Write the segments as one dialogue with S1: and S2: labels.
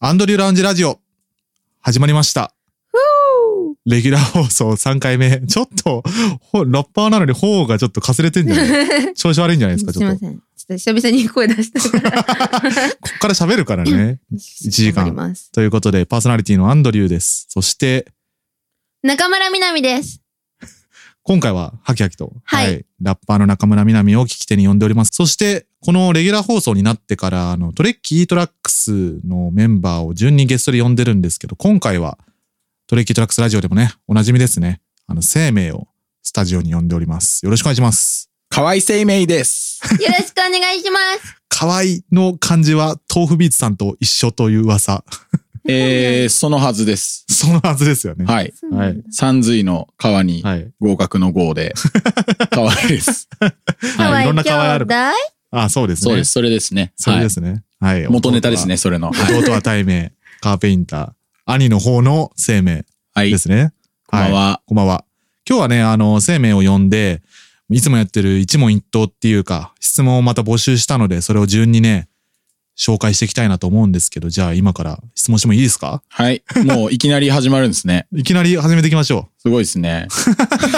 S1: アンドリューラウンジラジオ、始まりました。レギュラー放送3回目。ちょっと、ほラッパーなのに頬がちょっとかすれてんじゃ ない調子悪いんじゃないですか、
S2: す
S1: ち
S2: い
S1: ょっ
S2: ま
S1: と。
S2: せん。ちょっと久々に声出したから。
S1: こっから喋るからね。
S2: 1
S1: 時 間
S2: ます
S1: ということで、パーソナリティのアンドリューです。そして、
S2: 中村みなみです。
S1: 今回は、ハキハキと、
S2: はい
S1: ラッパーの中村みなみを聞き手に呼んでおります。そして、このレギュラー放送になってから、あの、トレッキートラックスのメンバーを順にゲストで呼んでるんですけど、今回は、トレッキートラックスラジオでもね、おなじみですね。あの、生命をスタジオに呼んでおります。よろしくお願いします。
S3: 河合生命です。
S2: よろしくお願いします。
S1: 河合の漢字は、豆腐ビーツさんと一緒という噂。
S3: えー、そのはずです。
S1: そのはずですよね。
S3: はい。
S2: そうなんだ
S3: 三髄の川に
S1: はい。
S3: 合格の号 で、河合です。
S2: ハワ
S1: い
S2: イ
S1: ろんな
S2: 兄
S1: 河合ある
S2: 弟
S1: あ、そうですね。
S3: そうです。。それですね。
S1: それ
S3: は
S1: で
S3: い。
S1: すね。はい。
S3: 元ネタですね、それの。はい。
S1: 弟は対名、カーペインター、兄の方の生命
S3: はい
S1: で。すね。
S3: こんばんは。
S1: こんばんは。今日はね、あの、生命を呼んで、いつもやってる一問一答っていうか、質問をまた募集したので、それを順にね、紹介していきたいなと思うんですけど、じゃあ今から質問してもいいですか
S3: はい。もういきなり始まるんですね。
S1: いきなり始めていきましょ
S3: すごいですね。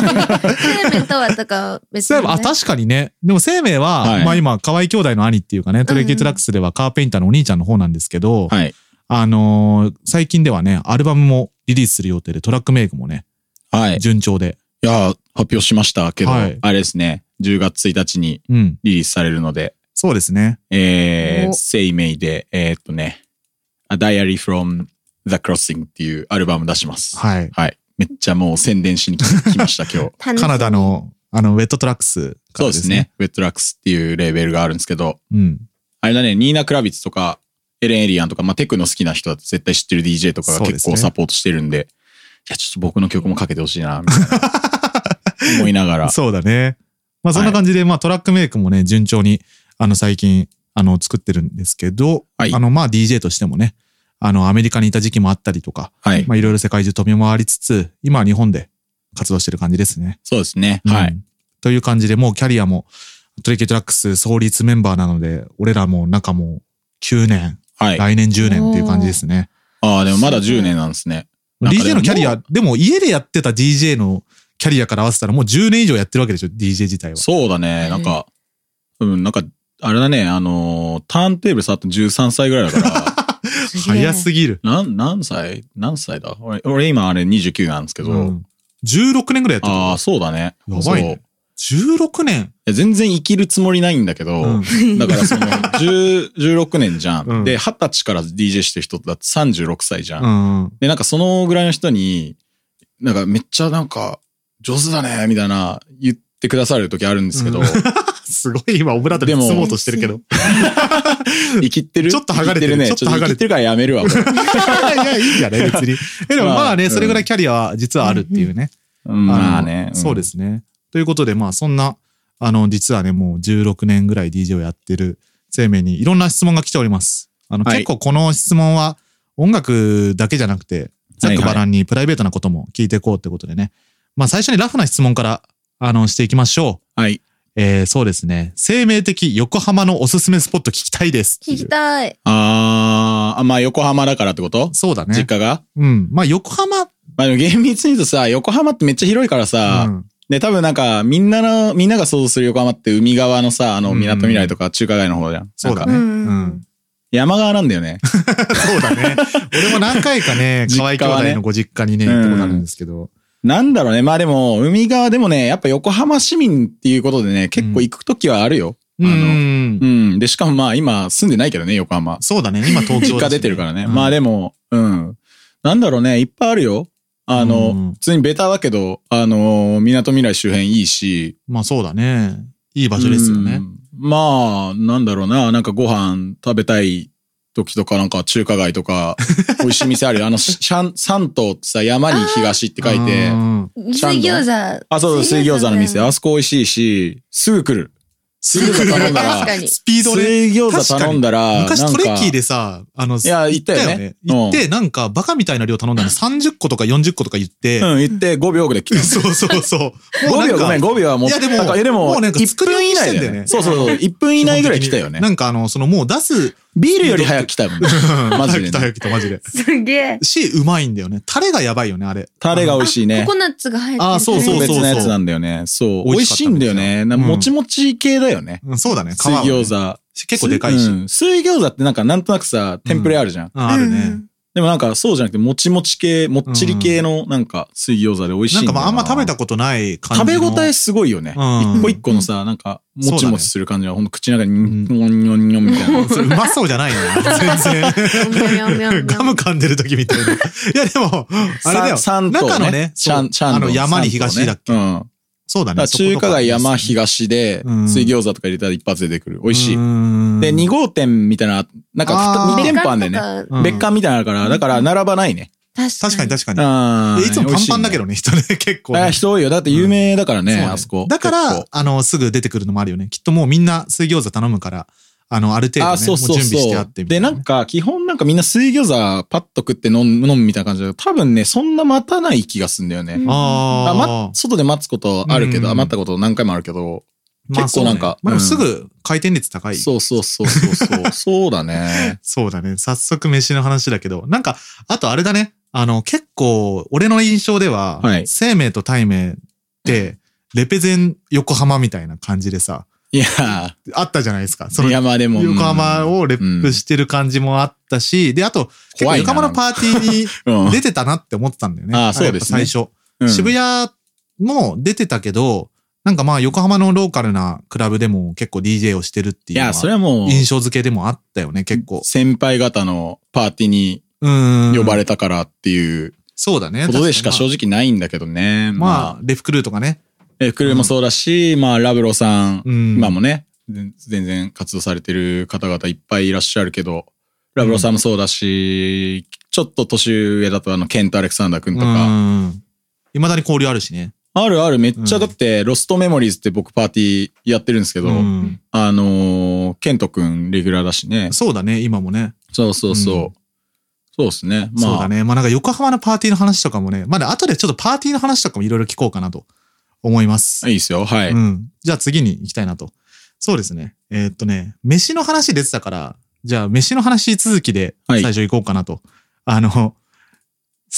S2: 生命とはとか
S1: う。
S2: 別
S1: そういえば、あ、
S2: ね
S1: 確かにね。でも生命は、
S3: はい
S1: まあ今、河合兄弟の兄っていうかね、トレキートラックスではカーペインターのお兄ちゃんの方なんですけど、
S3: はい。
S1: あのー最近ではね、アルバムもリリースする予定で、トラックメイクもね、
S3: はい。い
S1: 順調で。
S3: やー、発表しましたけど、
S1: はい
S3: あれですね。10月1日に
S1: うん。
S3: リリースされるので、
S1: そうですね。
S3: えー、
S2: お
S3: 生命で、えーっとね、A Diary from the Crossing っていうアルバム出します。
S1: はい。
S3: はい。めっちゃもう宣伝しに来来ました、 今日。
S2: 楽し
S1: カナダの、あの、ウェットトラックスか
S3: そう
S1: ら
S3: ですね。。ウェットラックスっていうレーベルがあるんですけど、
S1: うん。
S3: あれだね、ニーナ・クラビッツとか、エレン・エリアンとか、まあ、テクの好きな人だと絶対知ってる DJ とかが
S1: そうで
S3: 結
S1: すね
S3: 構サポートしてるんで、いや、ちょっと僕の曲もかけてほしいな、みたい な。思いながら。
S1: そうだね。まあ、そんな感じで、まあ、トラックメイクもね、順調に、あの、最近、あの、作ってるんですけど、
S3: はい
S1: あの、まあ、DJ としてもね、あの、アメリカにいた時期もあったりとか、
S3: はい。
S1: まあ、いろいろ世界中飛び回りつつ、今は日本で活動してる感じですね。
S3: そうですね。
S1: う
S3: はい。
S1: ん。という感じで、もうキャリアも、トリケトラックス創立メンバーなので、俺らも中も9年、
S3: はい。
S1: 来年10年っていう感じですね。
S3: ああ、でもまだ10年なんですね。なんか
S1: DJ
S3: でも
S1: のキャリア、でも家でやってた DJ のキャリアから合わせたらもう10年以上やってるわけでしょ、DJ 自体は。
S3: そうだね。なんか、うん、なんか、あれだね、あのーターンテーブル触ったの13歳ぐらいだ から、
S2: すげえ
S1: 早すぎる。
S3: なん、何歳何歳だ俺、俺今あれ29なんですけど、
S1: うん16年ぐらいやって
S3: ああ、そうだね。
S1: やばいね
S3: そう
S1: た。16年
S3: いや全然生きるつもりないんだけど、
S1: うん
S3: だから その、10 16年じゃん。
S1: うん
S3: で、20歳から DJ してる人だって36歳じゃん。
S1: うん。
S3: で、なんかそのぐらいの人に、なんかめっちゃなんか、上手だね、みたいな言ってくださる時あるんですけど、
S1: うんすごい今、オブラートに包もうとしてるけど。
S3: 生きってる
S1: ちょっと剥がれてる
S3: 生きね。
S1: ち
S3: ち
S1: ょ
S3: ょ
S1: っと剥
S3: っと
S1: が
S3: 剥が
S1: れ
S3: れ
S1: て
S3: てるからやめるわ。も う
S1: いや、いいんじゃない別 に。え、でもまあ
S3: ま
S1: ね、
S3: あ
S1: それぐらいキャリアは実はあるっていうね。
S3: うんまあ
S1: の
S3: ね。。
S1: そうですすね。ということで、まあそんな、あの、実はね、もう16年ぐらい DJ をやってる生命にいろんな質問が来ております。あの、
S3: はい
S1: 結構この質問は音楽だけじゃなくて、ざっくばらんにプライベートなことも聞いていこうってことでね。まあ最初にラフな質問から、あの、していきましょう。
S3: はい。
S1: えー、そうですね。生命的横浜のおすすめスポット聞きたいですってい う。
S2: 聞きたい。
S3: あーあ、まあ横浜だからってこと
S1: そうだね
S3: 実。家が
S1: うん。まあ横浜、
S3: まあでも厳密に言うとさ、横浜ってめっちゃ広いからさ、
S1: うん
S3: で、多分なんか、みんなの、みんなが想像する横浜って海側のさ、あの、
S1: うん
S3: 港未来とか中華街の方じゃん。
S1: そうだ
S3: なん
S1: ね。
S3: か
S1: う
S2: うんん。
S3: 山側なんだよね。
S1: そうだね。俺も何回かね、
S3: 実家
S1: 河合
S3: は
S1: 兄
S3: ね
S1: 弟のご実家にね、行ったことあるんですけど。
S3: なんだろうね。まあでも、海側でもね、やっぱ横浜市民っていうことでね、結構行くときはあるよ。
S1: う
S3: うん
S1: ん
S3: うん。で、しかもまあ今住んでないけどね、横浜。
S1: そうだね。今東京
S3: 実
S1: だし
S3: 家出てるからね。
S1: うん
S3: まあでも、うん。なんだろうね、いっぱいあるよ。あの、
S1: うん
S3: 普通にベタだけど、あの、港未来周辺いいし。
S1: まあそうだね。いい場所ですよ
S3: う
S1: ね。
S3: ん。まあ、なんだろうな、なんかご飯食べたい時とか、なんか中華街 とか、美味しい店あるよ。あの、シャン、山東ってさ、山に東って書いて
S1: う、ん
S2: 水餃子。
S3: あ、そうそう、水餃子の店。あそこ美味しいし、すぐ来る。水餃子頼んだ、
S2: 確からに
S1: スピードで。
S3: 水餃子頼んだら、
S1: 昔トレッキー
S3: で。
S1: でさ、あの、い
S3: いや行ったよねうん
S1: 行って、なんかバカみたいな量頼ん だの30個とか40個とか言って。
S3: うん、行って5秒ぐらい来 る。
S1: そうそうそう。
S3: 5秒ごめん、5秒はもう。
S1: いやでも
S3: なんかえ、でも、
S1: もうなんか
S3: 1分
S1: 作り置
S3: 以内
S1: きしてんだよ
S3: だよ
S1: ね
S3: ね。そうそうそう、1分以内ぐらい来たよね
S1: な。んかあの、そのもう出す
S3: ビールより早く来た もんね。マジでね
S1: 来た来たマジで。
S2: すげえ。
S1: し、うまいんだよね。タレがやばいよね、あれ。
S3: タレが美味しいね
S2: ココ。ナッツが入ってる。
S1: あそうそう
S3: 特
S1: そう
S3: 別なやつなんだよね。そう。
S1: 美
S3: 美
S1: 味
S3: 味
S1: しか
S3: しい
S1: ったん
S3: ん
S1: で
S3: だ
S1: すよ
S3: よね。な
S1: うん
S3: もちもち系だよね。
S1: うんそうだね、皮
S3: 水
S1: はね
S3: 餃子。
S1: 結構でかいし。
S3: うん水餃子ってなんかなんとなくさ、天ぷらあるじゃん。
S1: ああるね。
S3: でもなんかそうじゃなくて、もちもち系、もっちり系のなんか水餃子で美味しい
S1: なん
S3: だ
S1: か
S3: よ
S1: まああんま食べたことない感じの。
S3: 食べ応えすごいよね。
S1: うん
S3: 一個一個のさ、なんか、もちもちする感じが、ほんと口の中に、
S1: ん
S3: にょんにょんにょんみたい な。
S1: それうまそうじゃないな。全
S2: うん。みょみょみょみょ
S1: 然。ガム噛んでる時みたい な。いやでも、あれだよ。
S3: さ山
S1: 中
S3: 東
S1: の
S3: ね
S1: ね、、
S3: ちゃんちゃん
S1: あの
S3: 東
S1: 山に東だっけ。
S3: 山東ねうん。
S1: そうだ
S3: だ
S1: ね。
S3: から中華街山東で、
S1: うん
S3: 水餃子とか入れたら一発で出てくる。美
S1: 美
S3: 味しい。
S1: い
S3: で、2号店みたいな、な
S1: あ
S3: んか
S1: ー
S3: 2店舗あんだよね。
S2: ね
S1: うん
S3: 別館みたいなのあるから、だから並ばないね。
S1: 確かに確かに。
S3: あ
S1: でいつもパンパンだけどね、人ね、 結構
S3: だ
S1: ね。
S3: から人多いよ。だって有名だから
S1: そう
S3: ね、
S1: ね
S3: あそこ。
S1: だか
S3: 結
S1: ら
S3: 構、
S1: あの、すぐ出てくるのもあるよね。きっともうみんな水餃子頼むから、あの、ある程度
S3: あ、
S1: ね、
S3: そ
S1: もう
S3: うそう
S1: 準備してあ
S3: そ
S1: って
S3: う。
S1: みた
S3: で、
S1: いな
S3: な
S1: ね。
S3: んか、基本なんかみんな水餃子パッと食って飲む、飲むみたいな感じだけど、多分ね、そんな待たない気がすんだよね。あ
S1: あ
S3: ま、外で待つことあるけど、
S1: うん
S3: あ待ったこと何回もあるけど、
S1: あ、まあ
S3: 結構なんか
S1: そうねまあでも
S3: うん
S1: すぐ回転率高い。
S3: そうそうそうそ うそう、そうだね。
S1: そうだね。早速飯の話だけど、なんか、あとあれだね。あの、結構、俺の印象では、
S3: はい
S1: 生命と対名って、レペゼン横浜みたいな感じでさ、
S3: いや、
S1: あったじゃないですか。その、
S3: 山
S1: 横
S3: でも。
S1: 浜をレップ
S3: し、
S1: してる感じもあったし、で、あと、結構
S3: 怖いな
S1: 横浜のパーティー
S3: うん
S1: に出てたなって思ってたんだよね。
S3: あーそうですね
S1: やっぱ最初。
S3: うん
S1: 渋谷も出てたけど、なんかまあ横浜のローカルなクラブでも結構 DJ をしてるって
S3: い
S1: いうの
S3: や、それ
S1: は
S3: はもう、
S1: 印象付けでもあったよね、結構。
S3: 先輩方のパーティーに
S1: うん。
S3: 呼ばれたからっていう
S1: そうだね。
S3: ことでしか正
S1: 直。
S3: 直ないんだけど
S1: ま
S3: ね。
S1: あ
S3: ま、あ、
S1: レフクルーとかね。
S3: え、クルーもそうだし、まあ、ラブロさん、
S1: うん。
S3: 今もね、全全然活動されてる方々いっぱいいらっしゃるけど、ラブロさんもそうだし、ちょっと年上だとあの、ケント・アレクサンダーくんとか、
S1: うん。いまだに交流あるしね。
S3: あるある、めっち
S1: う
S3: ゃ
S1: ん
S3: だって、ロストメモリーズって僕パーティーやってるんですけど、
S1: うん
S3: あのーケントくんレギュラーだしね。
S1: そうだね、今もね。
S3: そうそうそう。
S1: うん
S3: そうですね。まあ、
S1: そうだね。まあなんか横浜のパーティーの話とかもね、まだ後でちょっとパーティーの話とかもいろいろ聞こうかなと思います。
S3: いいですよ。はい。
S1: うん。じゃあ次に行きたいなと。そうですね。えーっとね、飯の話出てたから、じゃあ飯の話続きで
S3: は
S1: 最
S3: い
S1: 初行こうかなと。あの、好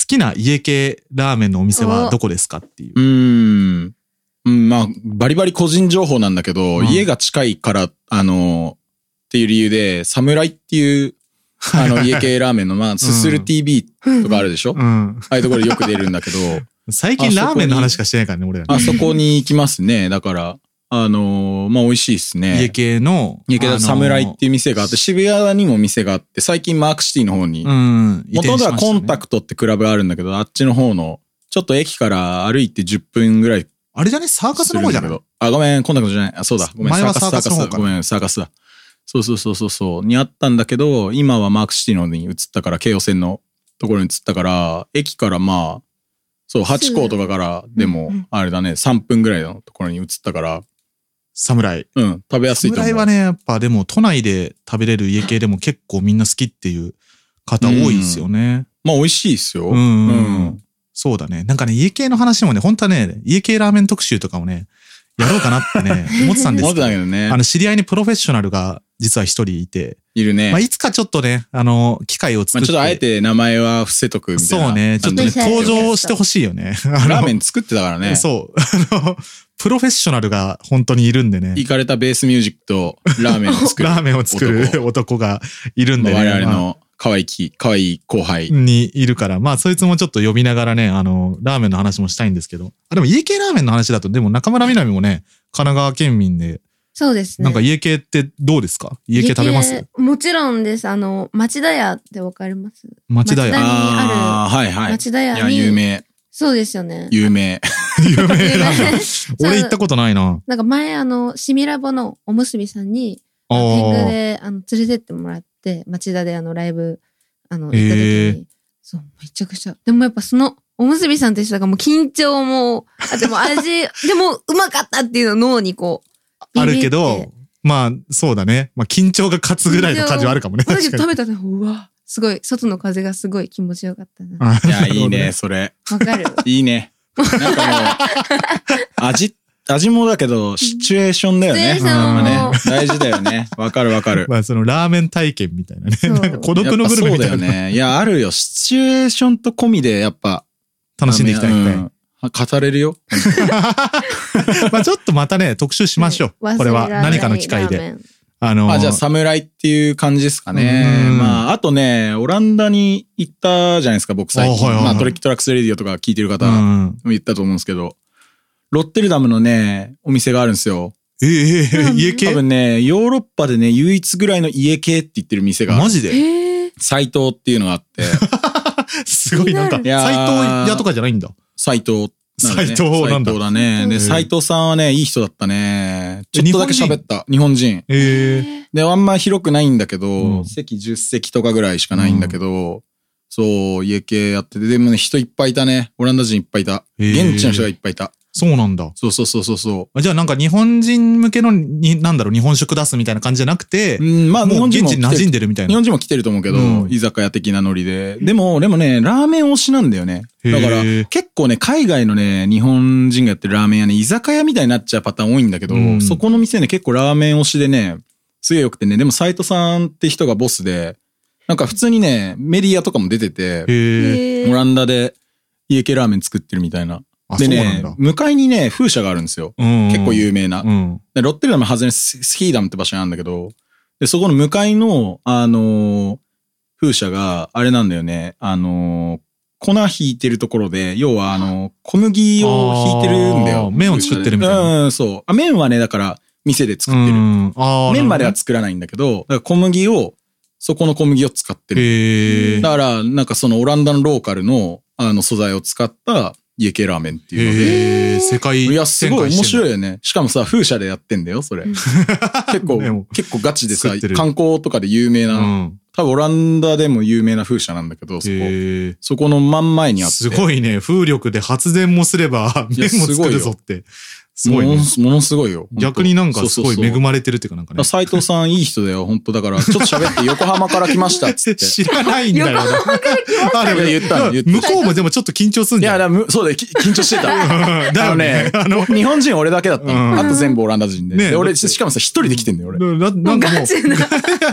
S1: きな家系ラーメンのお店はどこですかっていう
S3: う。ーん。うん、まあ、バリバリ個人情報なんだけど、
S1: うん
S3: 家が近いから、あのーっていう理由で、サムライっていう、あの、家系ラーメンの、まあ、すする TV とかあるでしょ、あ
S1: うん。
S3: あいうところでよく出るん だけど、
S1: 最近ラーメンの話しかしてないからね、俺らね。
S3: あそこに行きますね。だから、あのーまあ、美味しいですね。
S1: 家系の。
S3: 家系だとサムライっ
S1: い
S3: ていう店があって、渋谷にも店があって、最近マークシティの方に、
S1: ううん。
S3: 元々はコンタ
S1: クト。
S3: クトってクラブあるんだけど、あっちの方の、ちょっと駅から歩いて10分ぐらい
S1: あれじゃねサーカス
S3: す
S1: の
S3: るん
S1: 方じ
S3: だ
S1: ゃ
S3: け
S1: ない
S3: ど。あ、ごめん、コンタクトじゃない。あ、そうだ。ごめん、
S1: 前
S3: サ
S1: は
S3: ーカス、
S1: サ
S3: サ
S1: ーカ
S3: ー
S1: ス
S3: カ
S1: の方
S3: ス
S1: か
S3: だ。ごめん、サーカスだ。そうそうそうそうそう。にあったんだけど、今はマークシティの方に移ったから、京王線のところに移ったから、駅からまあ、そう、八甲とかからで
S2: う
S3: も
S2: んうん、
S3: あれだね、3分ぐらいのところに移ったから、
S1: サムライ。
S3: うん、食べやす
S1: サ
S3: い
S1: ム
S3: と思
S1: ライは
S3: う。
S1: ね、やっぱでも都内で食べれる家系でも結構みんな好きっていう方多いですよね。
S3: まあ、美味しいですよ。
S1: うん
S3: うん
S1: そうだね。なんかね、家系の話もね、本当はね、家系ラーメン特集とかもね、やろうかなって ね、思ってたんです
S3: 思っ
S1: け
S3: て
S1: ど
S3: たけ。どね
S1: あ。の、知り合いにプロフェッショナルが実は一人いて、
S3: いるね。
S1: まあ、いつかちょっとね、あの、機会を
S3: ま
S1: 作
S3: あ、
S1: って。
S3: ちょっとあえて名前は伏せとくみたいな。
S1: そうね、ちょっとね、
S2: なんで
S1: 登場してほしいよね。あの
S3: ラーメン作ってたから ね。
S1: そう。あの、プロフェッショナルが本当にいるんでね。
S3: 行かれたベースミュージックとラーメンを作 る。
S1: ラーメンを作る
S3: 男
S1: 男がいるんでね。
S3: 我々
S1: まあ
S3: の可愛き、可愛い後輩。
S1: にいるから、まあそいつもちょっと呼びながらね、あの、ラーメンの話もしたいんですけど。あ、でも家系ラーメンの話だと、でも中村みなみもね、神奈川県民で、
S2: そうですね。
S1: なんか家系ってどうですか家系食べます
S2: もちろんです。あの、町田屋ってわかります
S1: 町田
S2: 町
S1: 屋。
S2: 田
S3: ああ、はいはい。い
S2: 町田屋
S3: や、
S2: に。
S3: 有名、
S2: そうですよね。
S3: 有名。
S1: 有名
S2: 有
S1: なんだ。
S2: 名
S1: 俺行ったことないな。
S2: なんか前、あの、シミラボのおむすびさんに、
S1: あ
S2: 天狗
S1: ー
S2: であの連れてってもらって町田であのライブあの行っ
S1: へ
S2: た
S1: え
S2: 時に、そうめちゃくちゃでもやっぱそのおむすびさんと一緒だからもう緊張もあでも味 でもうまかったっていうのを脳にこう
S1: あるけ
S2: ビビっ
S1: ど
S2: て、
S1: まあそうだね。まあ緊張が勝つぐらいの感じはあるかもね。
S2: 私
S1: 確か
S2: 食
S1: に。
S2: べたらうわすごい外の風がすごい気持ちよかったな
S1: あ
S3: い や、
S1: なる
S3: い
S1: ほど
S3: い ね、それ。
S2: わかる
S3: いいね。なんかもう、味っ味もだけど、シチュエーションだよね。
S2: シチュエーション
S3: やっぱね大事だよね。わかるわかる。
S1: まあそのラーメン体験みたいなね。
S2: そう
S1: なんか孤独のグルメ
S3: やっぱそ
S1: みた
S3: うだ
S1: い
S3: よ
S1: な。
S3: ね。いや、あるよ。シチュエーションと込みで、やっぱ。
S1: 楽しんでいきたいみたいな。
S3: うん語れるよ。
S1: まあちょっとまたね、特集しましょう。これは何かの機会で。。あのー、
S3: あ、じゃあ、侍っていう感じですかね。
S1: うん
S3: まあ、あとね、オランダに行ったじゃないですか、僕最近。
S1: あはいはいは
S3: ま
S1: い
S3: あ、トレッキトラックスレディオとか聞いてる方
S1: う
S3: も
S1: ん。
S3: 言ったと思うんですけど、ロッテルダムのね、お店があるんですよ。
S1: ええええ家
S3: 多
S1: 系
S3: 分ね、ヨーロッパでね、唯一ぐらいの家系って言ってる店がある
S1: マ。ジ
S2: え
S1: で
S2: ー、
S3: 斎藤っていうのがあ って、
S1: すごいなんか、斎
S3: いやー
S1: 藤屋とかじゃないんだ。
S3: 斎藤なの
S1: 斎
S3: ね。
S1: 藤なんだ
S3: 斎藤だね。
S2: う
S3: で、
S1: ん
S3: 斎藤さんはね、いい人だった
S1: え
S3: ね。ちょっとだけ喋った。日本人。
S1: ええ
S3: で、あんま広くないんだけど、
S1: うん
S3: 席10席とかぐらいしかないんだけど、そう、家系やってて、でもね、人いっぱいいたね。オランダ人いっぱいいた。
S1: へー
S3: 現地の人がいっぱいいた。
S1: そうなんだ。
S3: そうそうそうそうそ
S1: あじゃあなんか日本人向けのに、なんだろう、日本食出すみたいな感じじゃなくて
S3: う。う、ん、まあ、日
S1: もう
S3: 本人
S1: 現
S3: も
S1: 地
S3: 来
S1: に馴
S3: て
S1: 染ん
S3: る。
S1: でるみたい
S3: 日
S1: な。
S3: 本人も来てると思うけど、
S1: うん
S3: 居酒屋的なノリで。でも、でもね、ラーメン推しなんだよね。
S1: へー
S3: だから、結構ね、海外のね、日本人がやってるラーメン屋ね、居酒屋みたいになっちゃうパターン多いんだけど、
S1: うん
S3: そこの店ね、結構ラーメン推しでね、すげえ良くてね、でも斎藤さんって人がボスで、なんか普通にね、メディアとかも出てて、
S1: へえ。
S2: え
S3: オランダで家系ラーメン作ってるみたいな。
S1: あ、そ
S3: で
S1: うな
S3: ね
S1: んだ、。
S3: 向かいにね、風車があるんですよ。
S1: うん
S3: 結構有名な。
S1: うん。
S3: でロッテルダム外れススキーダムって場所なんだけど、で、そこの向かいの、あのー風車が、あれなんだよね、あのー粉引いてるところで、要はあのー小麦を引いてるんだ
S1: あー
S3: よ。
S1: 麺を作ってるみたいな
S3: うん、そう。あ麺はね、だから、店で作って
S1: う
S3: る。
S1: んあー
S3: 麺まで
S1: な
S3: は
S1: る
S3: 作らないんだけど、だから小麦を、そこの小麦を使って
S1: ほど
S3: る。
S1: へえ。
S3: だから、なんかそのオランダのローカルの、あの、素材を使った家系ラーメンっていうので。
S1: へえ。世界
S3: いや、すごい面白
S1: い。
S3: いよね。しかもさ、風車でやってんだよ、それ。
S2: うん
S3: 結構
S1: でも、
S3: 結構ガチでさ
S1: 作って、る
S3: 観光とかで有名
S1: う
S3: な、
S1: ん。
S3: 多分オランダでも有名な風車なんだけど、そこ。
S1: へえ。
S3: そこの真ん前にあって。
S1: すごいね。風力で発電もすれば、
S3: いや
S1: 麺も
S3: すご
S1: 作
S3: い
S1: る
S3: よ
S1: ぞって。すごい
S3: も
S1: ね
S3: の。すものすごいよ。
S1: 逆になんかすごい恵
S3: れ
S1: まれてるっていうかなんかね。
S3: 斎藤さんいい人だよ、本当だから、ちょっと喋って横浜から来まし たっつって。
S1: 知らないんだよ。
S2: 横
S1: あでも
S3: 言ったの言った
S1: 向こうもでもちょっと緊張すん
S3: い
S1: じゃ
S3: や、
S1: ん。
S3: だからむそうだよ、き緊張してた。
S1: うんだよね。
S3: あ
S1: あの、
S3: 日本人俺だけだっ
S1: う
S3: た
S1: ん
S3: の。あと全部オランダ人で。
S1: ねえ
S3: で
S1: だ
S3: 俺、
S1: って
S3: しかもさ、一人で来てんだよ、俺。
S1: なな
S2: もうん
S1: かも
S2: ガチな。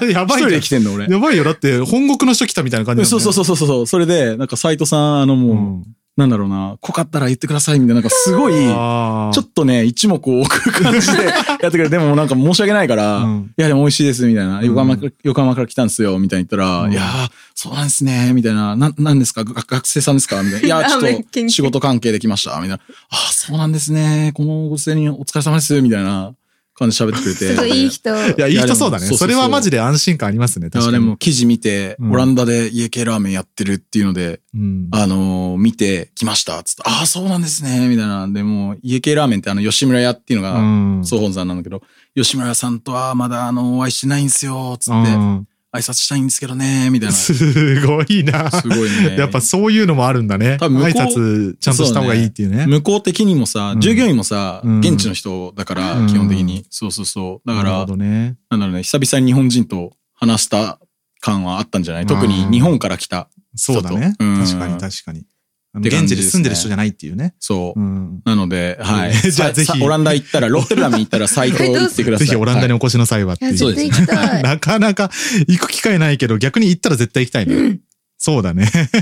S1: う、や
S3: 一
S1: ばい
S3: 人
S1: じゃ
S3: で
S1: ん
S3: 来てんの、俺。
S1: やばいよ。だって、本国の人来たみたいな感じ
S3: そうそう
S1: う。
S3: そうそうそう。それで、なんか斎藤さん、あのもう、
S1: うん
S3: なんだろうな、濃かったら言ってくださいみたいな、なんかすごい、ち
S1: あー
S3: ょっとね、一目置く感じで やってくれる。でもなんか申し訳ないから、
S1: うん
S3: いやでも美味しいです、みたいな。
S1: ん
S3: 横浜から、横浜から来たんですよ、みたいに言ったら、
S1: うん
S3: いやー、そうなんですね、みたいな。な、なんですか学学生さんですかみたいな。いや
S2: ラーメン
S3: ー、ちょっ
S2: 研究
S3: と仕事関係できました、みたいな。あー、そうなんですね。このご出演にお疲れ様です、みたいな感じで喋ってくれて。
S2: すごいいい人。
S1: いや、いい人そうだね。
S3: いやでもそうそうそう
S1: それはマジで安心感ありますね。
S3: い
S1: 確
S3: や
S1: かに。
S3: でも記事見て、
S1: うん
S3: オランダで家系ラーメンやってるっていうので、
S1: うん、
S3: あのー見てきました。つって、ああ、そうなんですね。みたいな。でも、家系ラーメンってあの、吉村屋っていうの
S1: う
S3: が、
S1: ん
S3: 総本山なんだけど、吉村屋さんとはまだあの、お会いしてないんですよ。つ
S1: う
S3: って、
S1: ん
S3: 挨拶したいんですけどね。みたいな。す
S1: すごいな。
S3: ごいね。
S1: やっぱそういうのもあるんだね。
S3: 多分向こ
S1: 挨
S3: う
S1: 拶ちゃんとした方がいいっていうね。
S3: 向こう的にもさ
S1: う、ん
S3: 従業員もさ、
S1: うん
S3: 現地の人だから、
S1: うん
S3: 基本的に。そうそうそう。だか
S1: なる
S3: ら
S1: ほ、どね。
S3: なんだろうね、久々に日本人と話した感はあったんじゃない特に
S1: うん
S3: 日本から来た。
S1: そうだね。
S3: ちょっとうん
S1: 確かに確かに。あの
S3: って
S1: 現
S3: 感
S1: 地
S3: じ
S1: で
S3: ですね
S1: 住んでる人じゃないっていうね。
S3: そう
S1: う。ん。
S3: なので、はい。
S1: じゃあ
S3: さ
S1: ぜひ
S3: さオランダ行ったら、ロッテルダムに行ったら、斎藤行ってくださ
S1: ぜ
S3: い。
S1: ひオランダにお越しの際はって
S2: いや、
S1: い。
S3: そう
S2: 絶対行きたい。
S1: なかなか行く機会ないけど、逆に行ったら絶対行きたいね。そうだね。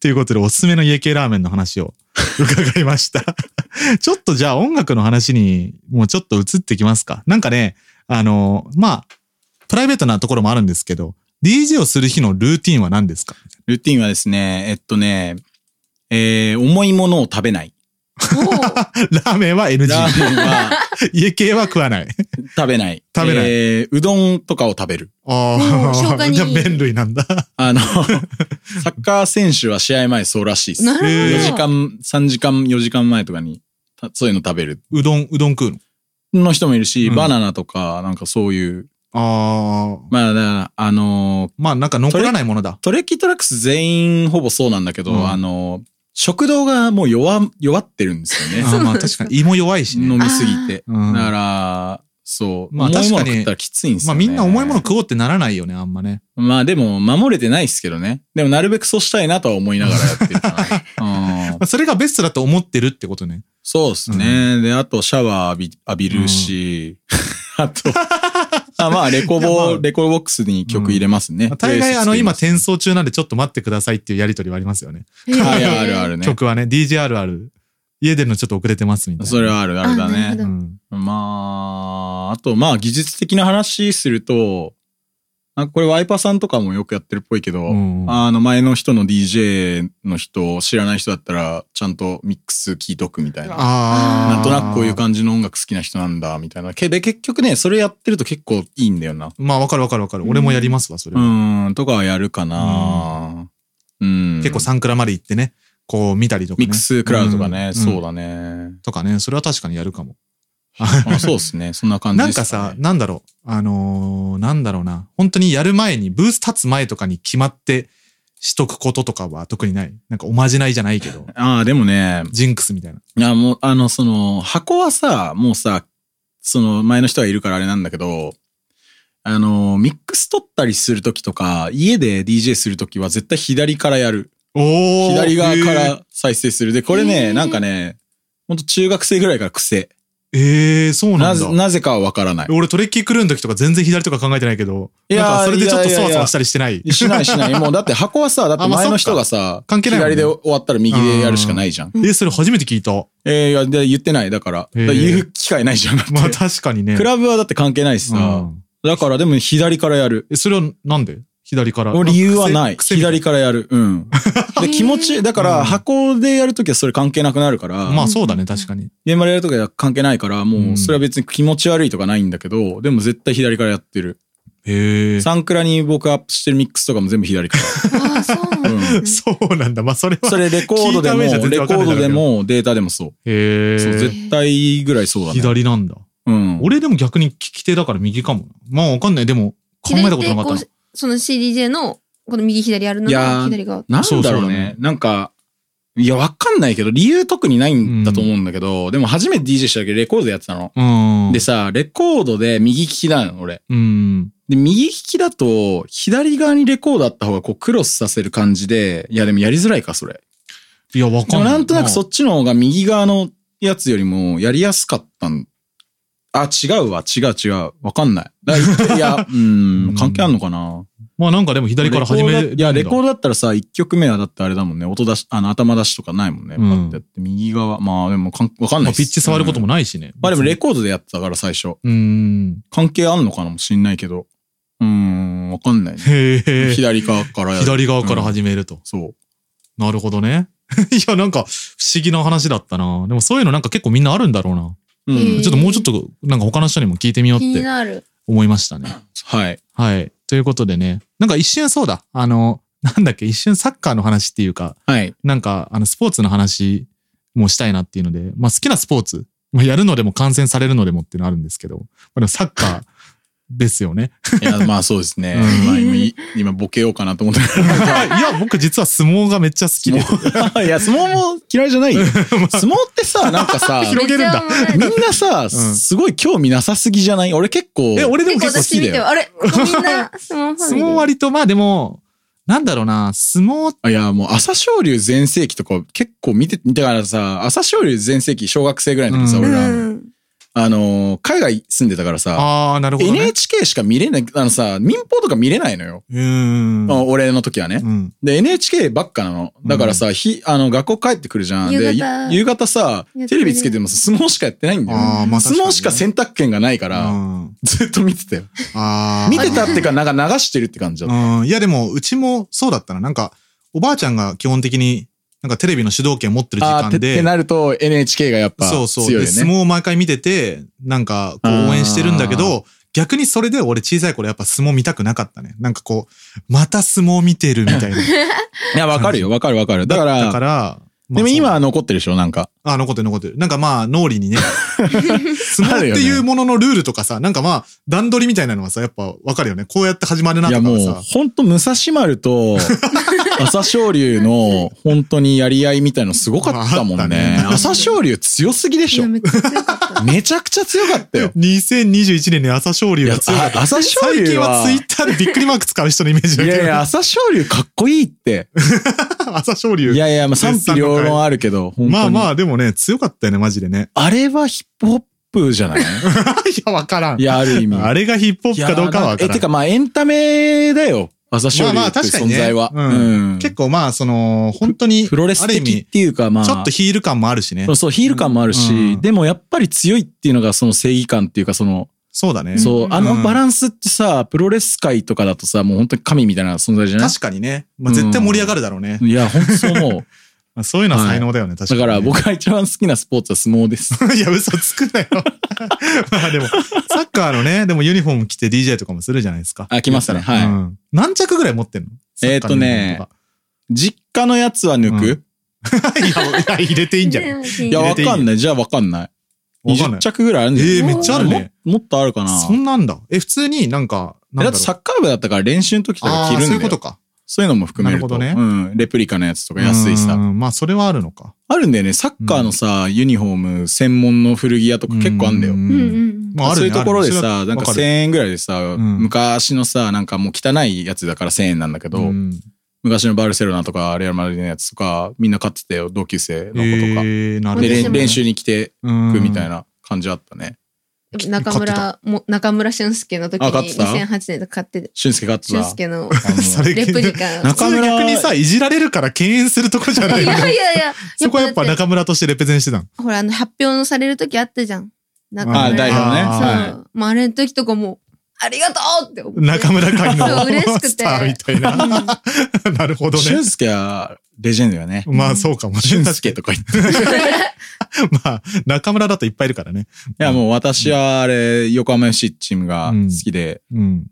S1: ということで、おすすめの家系ラーメンの話 を伺いました。 ちょっとじゃあ音楽の話にもうちょっと移ってきますか。なんかね、あの、まあ、プライベートなところもあるんですけど、DJ をする日のルーティンは何ですか
S3: ルーティンはですね、えっとね、えー、重いものを食べない。
S1: ラーメンは NG。
S3: ラーメンは
S1: 家系は食わ ない。
S3: 食べない。
S1: 食べない
S3: えー、うどんとかを食べる。
S1: あ
S2: もう消化
S1: あ、
S2: に
S1: じゃあ 麺類なんだ。
S3: あ の、サッカー選手は試合前そうらしいです。
S2: なるほど。
S1: えー
S3: 4時間、3時間、4時間前とかに、たそういうの食べる。
S1: うどん、うどん食うの
S3: の人もいるし、
S1: うん
S3: バナナとか、なんかそういう、
S1: ああ。
S3: まあだから、あのー、
S1: まあなんか残らないものだ。
S3: トレッキートラックス全員ほぼそうなんだけど、
S1: うん
S3: あのー、食堂がもう弱、弱ってるんですよね
S1: あ。ーまあ確 かに胃も弱いしね。
S3: 飲みすぎて。
S1: あーうん
S3: だから、そう。
S1: まあ
S3: 重い
S1: 確
S3: もの
S1: かに
S3: 食ったらきついんです
S1: ま
S3: よ、
S1: あ
S3: ね。
S1: みんな重いもの食おうってならないよね、あんまね。
S3: まあでも、守れてないっすけどね。でも、なるべくそうしたいなとは思いながらやってるかな。うん
S1: あそれがベストだと思ってるってことね。
S3: そうですね。で、あとシャワー浴び浴びるし、あと、あまあ、レコ
S1: いやま
S3: ボ、
S1: あ
S3: レコボックスに曲入れますね。
S1: まあ大概あの今
S3: プレイ
S1: 転送中なんでちょっと待ってくださいっていうやりとりはありますよね。
S3: リスト作りますあいやあるあ
S2: る。
S3: るね。
S1: 曲はね、DJRR。家出るのちょっと遅れてますみたいな。
S3: それはあるあるだ
S2: あなるほ
S3: ね
S2: ど。
S1: うん。
S3: まあ、あと、まあ、技術的な話すると、なんかこれワイパーさんとかもよくやってるっぽいけど、
S1: うん
S3: あの前の人の DJ の人、知らない人だったら、ちゃんとミックス聞いとくみたいな。
S1: あー
S3: なんとなくこういう感じの音楽好きな人なんだ、みたいな。けで、結局ね、それやってると結構いいんだよな。
S1: まあわかるわかるわかる。俺もやりますわ、それ
S3: う
S1: は。
S3: ーん、とかはやるかな。うん。
S1: 結構サンクラまで行ってね、こう見たりとか、ね。
S3: ミックスクラウドとかね、
S1: ん
S3: そう。
S1: ん
S3: だね。
S1: とかね、それは確かにやるかも。
S3: あそうですね、そんな感じ
S1: な
S3: で
S1: ん
S3: すね
S1: かさ、なんだろう、あのーなんだろうな、本当にやる前に、ブース立つ前とかに決まってしとくこととかは特にない。なんかおまじないじゃないけ ど、
S3: ああ、でもね、
S1: ジンクスみたいな。
S3: いや、もう、あの、その、箱はさ、もうさ、その、前の人がいるからあれなんだけど、あの、ミックス取ったりするときとか、家で DJ するときは絶対左からやる。
S1: お
S3: 左側か
S1: えー
S3: ら再生する。で、これ
S2: へ
S3: ね、
S2: ー
S3: なんかね、ほんと中学生ぐらいから癖。
S1: えーそうな
S3: なんぜ、
S1: だ。
S3: なぜかはわからない。
S1: 俺トレッキー来るん時とか全然左とか考えてないけど、
S3: いやー
S1: なんかそれでちょっと
S3: い
S1: そ
S3: やいや
S1: わ
S3: いや
S1: そわしたりしてない。
S3: しないし ない。もうだって箱はさ、だって
S1: あまあ
S3: 前の
S1: そっ
S3: 人
S1: か
S3: がさ、
S1: 関係ないもんね
S3: 左で終わったら右でやるしかないじゃん。
S1: えそれ初めて聞いた。
S3: えーいや、で言ってない。だから、
S1: へー
S3: だから言う機会ないじゃん。だって
S1: まあ確かにね。
S3: クラブはだって関係ないし
S1: う
S3: さ。
S1: ん
S3: だからでも左からやる。
S1: え、それはなんで左から。
S3: もう理由はない。
S1: 癖癖みたい
S3: 左からやる。 うん。で、気持ち、だか
S1: うん
S3: ら箱でやるときはそれ関係なくなるから、
S1: まあそうだね、確かに。
S3: 現場でやるときは関係ないから、
S1: う
S3: も
S1: ん
S3: うそれは別に気持ち悪いとかないんだけど、でも絶対左からやってる。
S1: へえ。
S3: サンクラに僕アップしてるミックスとかも全部 左から。
S2: ああ、そうなんだね。
S3: う
S1: そうなんだ。まあそれは。
S3: それレコードでも、
S1: 聞いた目じゃ全然
S3: レ
S1: わ
S3: コ
S1: かんない
S3: ー
S1: だろ
S3: ド
S1: うけど
S3: でもデータでもそう。
S1: へえ。
S3: そう、絶対ぐらいそうだね。
S1: 左なんだ。
S3: うん。
S1: 俺でも逆に聞き手だから右かもな。まあわかんない。でも考えたことなかった
S2: 左
S1: な
S2: 手こ。うその CDJ の、この右左あるの
S3: いや
S2: が
S3: ー
S2: 左側。
S3: なんだ
S1: そう
S3: ろ
S1: そううだね
S3: ね。なんか、いや、わかんないけど、理由特にないんだと思うんだけど、でも初めて DJ した時レコードやってたの。
S1: うん。
S3: でさ、レコードで右利きなの、俺。
S1: うん。
S3: で、右利きだと、左側にレコードあった方がこうクロスさせる感じで、いやでもやりづらいか、それ。
S1: いや、わ
S3: で
S1: かん
S3: も
S1: ない。
S3: なんとなくそっちの方が右側のやつよりもやりやすかったん。あ、違うわ、違う違う。わかんない。だから いや、うん、関係あんのかな
S1: まあなんかでも左から始め
S3: レコー
S1: る
S3: ドいや、レコー
S1: ー
S3: ドだったらさ、1曲目はだってあれだもんね。音出し、あの、頭出しとかないもんね。
S1: う
S3: パ
S1: ん
S3: ッてやって、右側。まあでもかん、わかんないっす
S1: ピッチ触ることもないしね。
S3: まあでもレ
S1: コ
S3: コードでやってたから、最初。
S1: うん。
S3: 関係あんのかもしんないけど。うーん、わかんない、ね。
S1: へえ。
S3: 左側からやる。
S1: 左側から始めると。
S3: そう。
S1: なるほどね。 いや、なんか不思議な話だったな。でもそういうのなんか結構みんなあるんだろうな。
S3: うん。
S2: へー
S1: ちょっともうちょっとなんか他の人にも聞いてみようっ
S2: 気に
S1: て
S2: なる。
S1: 思いましたね。
S3: はい。
S1: はい。ということでね。なんか一瞬そうだ。あの、なんだっけ、一瞬サッカーの話っていうか、
S3: はい。
S1: なんかあのスポーツの話もしたいなっていうので、まあ好きなスポーツ、まあ、やるのでも観戦されるのでもっていうのあるんですけど、まあ、でもサッカーですよ ね。
S3: いや、まあそうですね。
S1: うん
S3: まあ今い、今ボケようかなと思ったけど
S1: いや、僕実は相撲がめっちゃ好きで。
S3: 相撲 いや、相撲も嫌いじ ゃないよ。相撲ってさ、なんかさ、
S1: 広げるんだ
S2: めっちゃおもろい
S3: みんなさ、
S1: ん
S3: すごい興味なさすぎじゃない俺結構。
S1: え、俺でも
S2: 結
S1: 結構好
S2: 構私
S1: き
S2: 見
S1: だ
S2: て
S1: よ。
S2: も、あれみんな、相撲ファミ
S1: 相
S2: リー
S1: 撲割と、まあでも、なんだろうな、相撲って
S3: いや、もう朝青龍全盛期とか結構見て、だからさ、朝青龍全盛期小学生ぐらいの時さ、
S1: うん
S3: 俺ら、
S2: うん。
S3: あのー、海外住んでたからさ、
S1: ああ、なるほど、ね。
S3: NHK しか見れない、あのさ、民放とか見れないのよ。
S1: うーん。
S3: あ俺の時はね。
S1: うん。
S3: で、NHK ばっかなの。だからさ、ひ、あの、学校帰ってくるじゃん。
S2: 夕
S3: で、ゆ
S2: 方
S3: 夕方さ
S2: やってる、
S3: テレビつけてもさ相撲しかやってないんだよ。
S1: ああ、まあ、
S3: 相撲しか
S1: ん
S3: 選択権がないから、
S1: うん。
S3: ずっと見てたよ。
S1: ああ。
S3: 見てたってか、なんか流してるって感じだっ
S1: うん、いやでもうちもそうだったな。なんかおばあちゃんが基本的になんかテレビの主導権持ってる時
S3: た。あー
S1: 間
S3: ってっ
S1: で
S3: て、なると NHK がやっぱ
S1: そうそう、
S3: 強
S1: で
S3: いよ
S1: 相
S3: ね。
S1: 撲を毎回見てて、なんかこう応援してるんだけど、逆にそれで俺小さい頃やっぱ相撲見たくなかったね。なんかこう、また相撲見てるみたいな。
S3: いや、わかるよ、わかるわかる。だか
S1: だ
S3: ら、
S1: から、まあ
S3: でも今
S1: そ
S3: は残ってるでしょ、なんか。
S1: あ、残ってる残ってる。なんかまあ、脳裏 にね、相撲っていうもののルールとかさ、なんかまあ、段取りみたいなのはさ、やっぱわかるよね。こうやって始まるないと
S3: や
S1: か
S3: もう
S1: はさ。、
S3: ほんと武蔵 丸と朝青龍の本当にやり合いみたいのすごかったもん
S1: あった
S3: ね。
S1: ね
S3: 朝青龍強すぎでし
S2: い
S3: ょ
S2: や、。めっちゃ強かった。
S3: めちゃくちゃ強かったよ。
S1: 2021年に朝青龍が強かっ
S3: いや
S1: た。
S3: 朝青
S1: 最
S3: 龍
S1: 近
S3: は
S1: はツイッターでびっくりマーク使う人のイメージ
S3: い
S1: だけど。
S3: やいや、朝青龍かっこいいって。
S1: 朝青龍。
S3: いやいや、まあ、賛否両論あるけど、本当に。
S1: まあま
S3: あ。
S1: あ、でもね、強かったよね、マジでね。
S3: あれはヒップホップじゃないい
S1: いや、わからん。
S3: や、ある意味。
S1: あれがヒップホップかどうかはわか
S3: いやなんえ、
S1: ら
S3: て
S1: ん。
S3: かまあエンタメだよ。朝青龍
S1: まあまあ
S3: っていう
S1: 確かに
S3: 存
S1: ね
S3: 在は。
S1: うん
S3: うん
S1: 結構まあ、その、本当に、
S3: プロレス
S1: ある意
S3: 的
S1: 味
S3: っ、ていうかまあ。
S1: ちょっとヒール感もあるしね
S3: そう。そう、ヒール感もあるし、
S1: うん
S3: でもやっぱり強いっていうのがその正義感っていうかその、
S1: そうだね。
S3: そう、あ
S1: う
S3: の
S1: ん
S3: バランスってさ、プロレス界とかだとさ、もう本当に神みたいな存在じゃない
S1: 確かにね。まあ絶対盛り上がるだろうね。
S3: いや、本当そう思う。
S1: まあそういうのは才能だよね、確かに。
S3: だから。僕が一番好きなスポーツは相撲です。
S1: いや、嘘つくなよ。 まあでも、サッカーのね、でもユニフォーム着て DJ とかもするじゃないですか。
S3: あ来ますねはい
S1: うん何着ぐらい持ってんの
S3: えーとね。実家のやつは抜く、
S1: サッカーのユニフォームとかいや、いや入れていいん じゃない
S2: ね
S3: いや、
S1: 入
S3: わ
S1: れていいよ
S3: かんない。じゃあわかんない。
S1: わかんな
S3: 20
S1: い。
S3: 着ぐらいあるんじゃない
S1: え
S2: ーめっちゃある
S1: ね
S3: ももっとあるかな。
S1: そんなんだ。え、普通になんか、
S3: え
S1: なんだ
S3: だ
S1: ろ
S3: って
S1: う
S3: サッカー部だったから練習の時とか着
S1: あー
S3: るん
S1: そ
S3: だ
S1: うい
S3: よ。
S1: うことか。
S3: そういうのも含めると。
S1: なるほ
S3: うん。レプリカのやつとか安いし
S1: う
S3: さ。
S1: んまあ、それはあるのか。
S3: あるんだよね。サッカーのさ、ユニフォーム専門の古着屋とか結構あるんだよ
S1: う。
S2: うんうん。
S1: まあ、ある
S3: そうい
S1: ね
S3: うところで
S1: あるね
S3: さ、なんか
S1: わ
S3: 1000
S1: る
S3: 円ぐらいでさ、
S1: ん
S3: 昔のさ、なんかもう汚いやつだから1000円なんだけど、
S1: うん
S3: 昔のバルセロナとかレアルマドリードのやつとか、みんな買ってたよ、同級生の子とか。
S1: えー、なるほど
S3: で、
S2: 私
S3: れ
S2: も
S3: ん練習に来て
S1: うん
S3: くみたいな感じあったね。
S2: 中村も、中村俊介の時に
S3: あ買ってた
S2: 2008年とか買ってて、
S3: 俊介買ってた。
S2: 俊介の
S3: あ の
S1: それ
S2: レプリ カ。
S3: な
S1: 普
S3: 中
S1: 通
S3: 村
S1: 逆にさ、いじられるから敬遠するとこじゃないいよ
S2: や
S1: ね。
S2: いやいや。
S1: そこはやっぱ
S2: だて
S1: 中村としてレペゼンしてたの。
S2: ほら、あの、発表のされる時あったじゃん。中村。
S3: あー、代表ね。
S1: あ
S3: はい
S2: そう。まあ、あれの時とかも、ありがとうって思って。
S1: 中村会の
S2: そう嬉しくて
S1: スターみたい な。なるほどね
S3: 俊。介はレジェンドよね。
S1: まあそうかもしれ
S3: 俊
S1: ない。
S3: 介とか 言って。い
S1: まあ中村だといっぱいいるからね。
S3: や、もう私はあれ、横浜 FC チームが好きで、
S1: うん。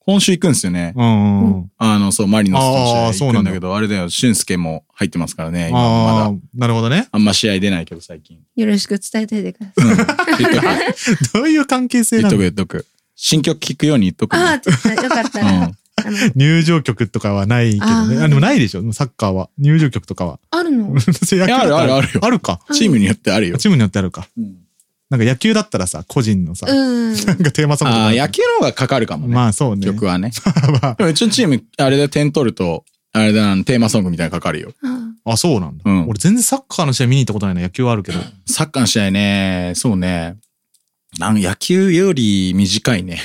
S3: 今週行くんですよね。
S1: うんうんうん。
S3: あの、そう、マリノス
S1: あ
S3: の
S1: ー
S3: 試合行くんだけど、あれだよ、俊介も入ってますからね、今ま
S1: あ
S3: だ。
S1: あ、なるほどね。
S3: あんま試合出ないけど、最近。
S2: よろしく伝えていてくだ さい。
S3: うん言っとく、
S1: どういう関係性
S3: 言
S1: な
S3: っとく、
S1: の
S3: 言っとく。新曲聞くように言っとくね。
S2: ああ、よかったら。
S3: うん
S2: あの
S1: 入場曲とかはないけどね。
S2: あー
S1: あ、でもないでしょ。サッカーは。入場曲とかは。
S2: ある の
S1: 制約だったら
S3: いやあるあるあるよ
S1: あるか。
S3: チームによってあるよ。
S1: チームによってあるか。
S3: うん
S1: なんか野球だったらさ、個人のさ、
S2: うん。
S1: なんかテーマソングとか
S3: あ
S1: あ
S3: あ、
S1: る
S3: 野球の方がかかるかもね。
S1: まあそうね。
S3: 曲はね。
S1: まあ
S3: でもうちのチーム、あれで点取ると、あれだな、テーマソングみたいなのかかるよ。
S2: あ
S1: あ、そうなんだ、
S3: うん
S1: 俺全然サッカーの試合見に行ったことないな。野球はあるけど。
S3: サッカーの試合ね、そうね。なん野球より短いね。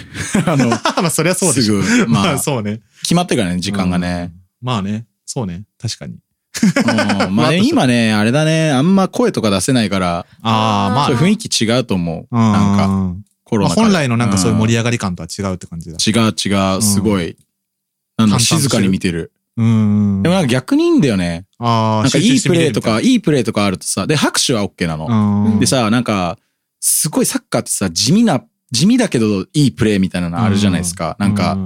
S3: あの、
S1: まあそりゃそうですしょ。
S3: ぐ、
S1: ま
S3: ま
S1: あ
S3: あ、
S1: そうね。
S3: 決まってからね、時間がね。
S1: まあね。そうね。確かに。
S3: うんまあね、今ね、あれだね、あんま声とか出せないから、
S1: ああ、まあ
S3: ちょっと雰囲気違うと思う。なんか、
S1: か。
S3: コロ
S1: まあ
S3: ナ禍で
S1: 本来のなんかそういう盛り上がり感とは違うって感じだ。
S3: うん違う違う、すごい。なん
S1: 淡々
S3: だ、
S1: としてる
S3: 静かに見てる。
S1: うん。
S3: でもなんか逆にいいんだよね。
S1: ああ、
S3: なんかい
S1: 集中
S3: い
S1: して
S3: プ
S1: 見れ
S3: レ
S1: る
S3: ーと
S1: みたい
S3: か、いいプレーとかあるとさ、で、拍手は OK なの。
S1: な。うん。
S3: でさ、なんか、すごいサッカーってさ、地味な、地味だけどいいプレーみたいなのあるじゃないですか。
S1: う
S3: なんか、、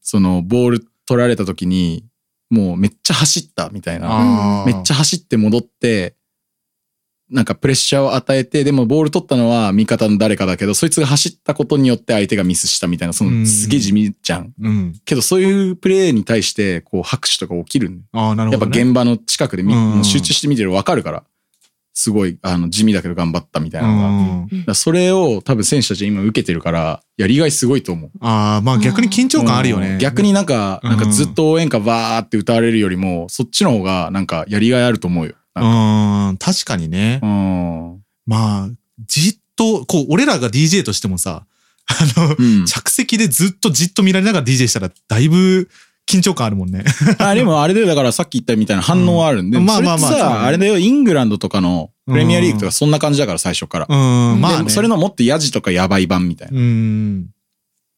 S3: その、ボール取られた時に、もうめっちゃ走ったみたいな。
S1: ああ。
S3: めっちゃ走って戻って、なんかプレッシャーを与えて、でもボール取ったのは味方の誰かだけど、そいつが走ったことによって相手がミスしたみたいな、そうの
S1: ん
S3: すげえ地味じゃん。
S1: うん。
S3: けどそういうプレーに対して、こう拍手とか起きるんだよ
S1: ああ、なる
S3: や
S1: ほ
S3: っぱ
S1: ど、ね。
S3: 現場の近くでみ、
S1: うん
S3: もう集中して見てるわかるから、すごい、あの、地味だけど頑張ったみたいなのが。
S1: うん。
S3: だからそれを多分選手たち今受けてるから、やりがいすごいと思う。
S1: ああ、まあ逆に緊張感あるよ
S3: う
S1: ね。
S3: ん逆になんか、
S1: うん
S3: なんかずっと応援歌バーって歌われるよりも、そっちの方がなんかやりがいあると思うよ。
S1: う
S3: なんか
S1: ん。確かにね。
S3: うん。
S1: まあ、じっと、こう、俺らが DJ としてもさ、あの、
S3: うん
S1: 着席でずっとじっと見られながら DJ したら、だいぶ緊張感あるもんね。
S3: あ、でもあれでだからさっき言ったみたいな反応はあるんで、
S1: うん
S3: まあま
S1: ま
S3: あ
S1: あ
S3: ま
S1: まあ
S3: あ。それって
S1: まあ
S3: さ、あれだよ、イングランドとかのプレミアリーグとかそんな感じだから最初から。
S1: うん、まあ、
S3: で
S1: ね。
S3: それのもっとヤジとかやばい版みたいな。
S1: うん。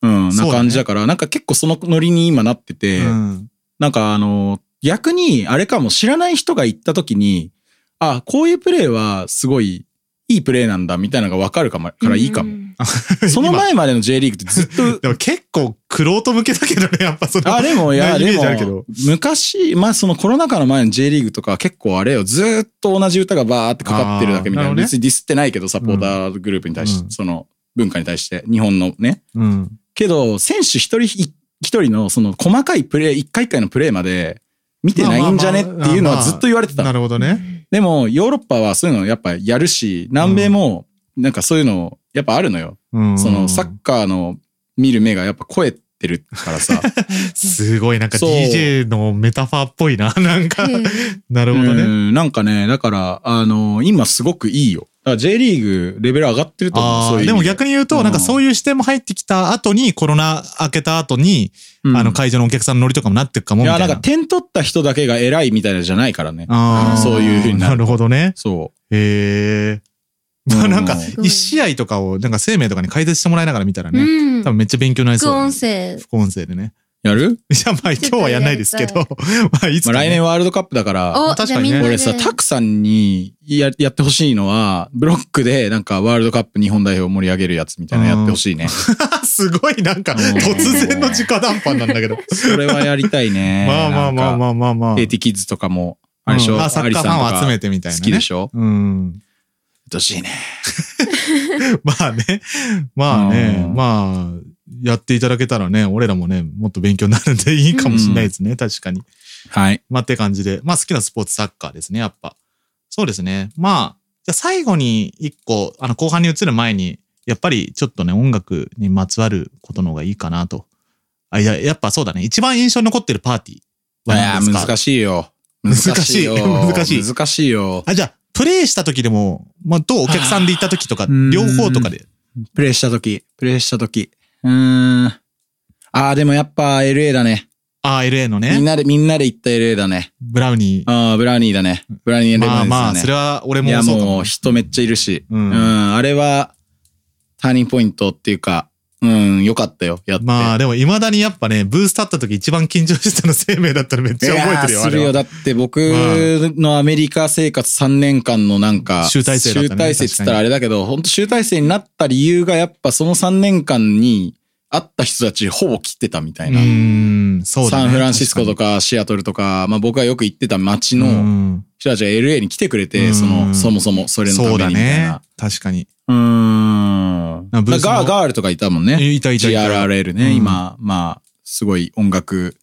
S3: うん、
S1: そうだ
S3: な
S1: ね
S3: 感じだから、なんか結構そのノリに今なってて、
S1: うん
S3: なんかあの、逆に、あれかも、知らない人が行った時に、あ、こういうプレーはすごいいいプレーなんだ、みたいなのがわかるかも、からいいか も。
S2: も。うん
S3: その前までの J リーグってずっ
S1: でも結構、クロート向けだけどね、やっぱそ
S3: と、
S1: の。
S3: あ、でも、い
S1: な
S3: や、
S1: イメ
S3: で
S1: ージあるけど
S3: も、昔、まあそのコロナ禍の前の J リーグとかは結構あれよ、ずーっと同じ歌がバーってかかってるだけみたい
S1: あーなるほ
S3: な。
S1: どね
S3: 別にディスってないけど、サポーターグループに対して、
S1: うん
S3: その文化に対して、日本のね。
S1: うん。
S3: けど、選手一人一一人のその細かいプレー、一回一回のプレーまで見てないんじゃねっていうのはずっと言われてた
S1: な。るほどね。
S3: でも、ヨーロッパはそういうのやっぱやるし、南米もなんかそういうのやっぱあるのよ。
S1: うん。
S3: そのサッカーの見る目がやっぱ超えてるからさ。
S1: すごい、なんか
S3: そう
S1: DJ のメタファーっぽいな、 なんか。
S2: ええ
S1: なるほど
S3: う
S1: ね。
S3: んなんかね、だから、あの、今すごくいいよ。だから J リーグレベル上がってると思う。
S1: あ
S3: そうい
S1: あ、
S3: う
S1: でも逆
S3: に、
S1: に言う
S3: う
S1: と、
S3: ん
S1: なんかそういう視点も入ってきた後に、コロナ明けた後に、
S3: うん
S1: あの会場のお客さんのノリとかもなってくかも
S3: い
S1: みた
S3: や、
S1: いな。
S3: なんか点取った人だけが偉いみたいなのじゃないからね。
S1: あー
S3: そういう風にな
S1: な
S3: る
S1: るほどね。
S3: そ
S1: へえ。
S3: う。
S1: まあなんか
S3: う、
S2: ごい
S1: 一試合とかを、なんか生命とかに解説してもらいながら見たら
S2: う
S1: ね、
S2: ん。
S1: 多分めっちゃ勉強になりそう
S2: 副
S1: だね。
S2: 音声。
S1: 副音声でね。
S3: やる
S1: じゃあまあ今日はやんないですけど、
S2: や
S1: まあ
S2: り
S1: いつ
S3: まあ
S1: かね
S3: 来年ワールドカップだから、
S1: まあ
S2: お、
S1: 確
S2: じゃ
S1: か
S2: あ
S1: に
S2: み
S1: ね
S2: んなで。
S3: 俺さ、タクさんにややってほしいのは、ブロックでなんかワールドカップ日本代表を盛り上げるやつみたいなのやってほしいね。
S1: すごいなんか
S3: うん
S1: 突然の直談判なんだ けど。
S3: それはやりたいね。
S1: まあまあまあ
S3: あ。
S1: まあまあまあ。
S3: エイティキッズとかも、あれでしょ、
S1: うんあサッカーファンを集め
S3: て
S1: てみたいな、
S3: 好
S1: ね。
S3: きでしょ
S1: ょ。うん。
S3: うっとうしいね。
S1: まあね。まあね。
S3: うん
S1: まあ、やっていただけたらね、俺らもね、もっと勉強になるんでいいかもしれないですね。確かに。
S3: はい。
S1: まあって感じで。まあ好きなスポーツサッカーですね、やっぱ。そうですね。まあ、じゃあ最後に一個、あの後半に移る前に、やっぱりちょっとね、音楽にまつわることの方がいいかなと。あ、いや、やっぱそうだね。一番印象に残ってるパーティー
S3: い
S1: は
S3: や
S1: 何です
S3: ー、
S1: か
S3: 難しいよ。
S1: 難しい
S3: よ
S1: 難しい
S3: 難しいよ。
S1: あ、じゃあ、プレイした時でも、まあ、とお客さんで行った時とか
S3: あー、
S1: 両方とかで。
S3: プレイしたとき、プレイしたとき。うーん。あー、でもやっぱ LA だね。
S1: あー、LA の
S3: みん
S1: ね、
S3: なで、みんなで行った LA だね。
S1: ブラウニー。
S3: あー、ブラウニーだね。ブラウニーレモン
S1: まあ
S3: ズだね。
S1: まあ、それは俺も
S3: いや、
S1: そうか
S3: も
S1: も
S3: う。人めっちゃいるし。
S1: う
S3: うんん。あれは、ターニングポイントっていうか、うん、よかったよ。やって。
S1: まあでも未だにやっぱね、ブース立った時一番緊張してたの生命だったらめっちゃ覚えてるよ。
S3: いやーする
S1: あ
S3: よ。
S1: れは
S3: だって僕のアメリカ生活3年間のなんか、
S1: 集大成だったね
S3: 集大成って言ったらあれだけど、本当集大成になった理由がやっぱその3年間に会った人たちほぼ来てたみた
S1: う
S3: いな。
S1: ーん、そうだね。
S3: サンフランシスコとかシアトルとか、まあ僕がよく行ってた街
S1: 確かにう
S3: の
S1: ん
S3: 人たちが LA に来てくれ
S1: う
S3: て、
S1: ん
S3: その、そもそもそれのため
S1: そ
S3: に
S1: うだ
S3: みたいな
S1: ね。。確かに。
S3: うーん。
S1: な
S3: だ
S1: ブースも
S3: ガーガールとかいたもんね。
S1: いたいたいた。
S3: GRRL
S1: うん
S3: ね、今、まあ、すごい音楽、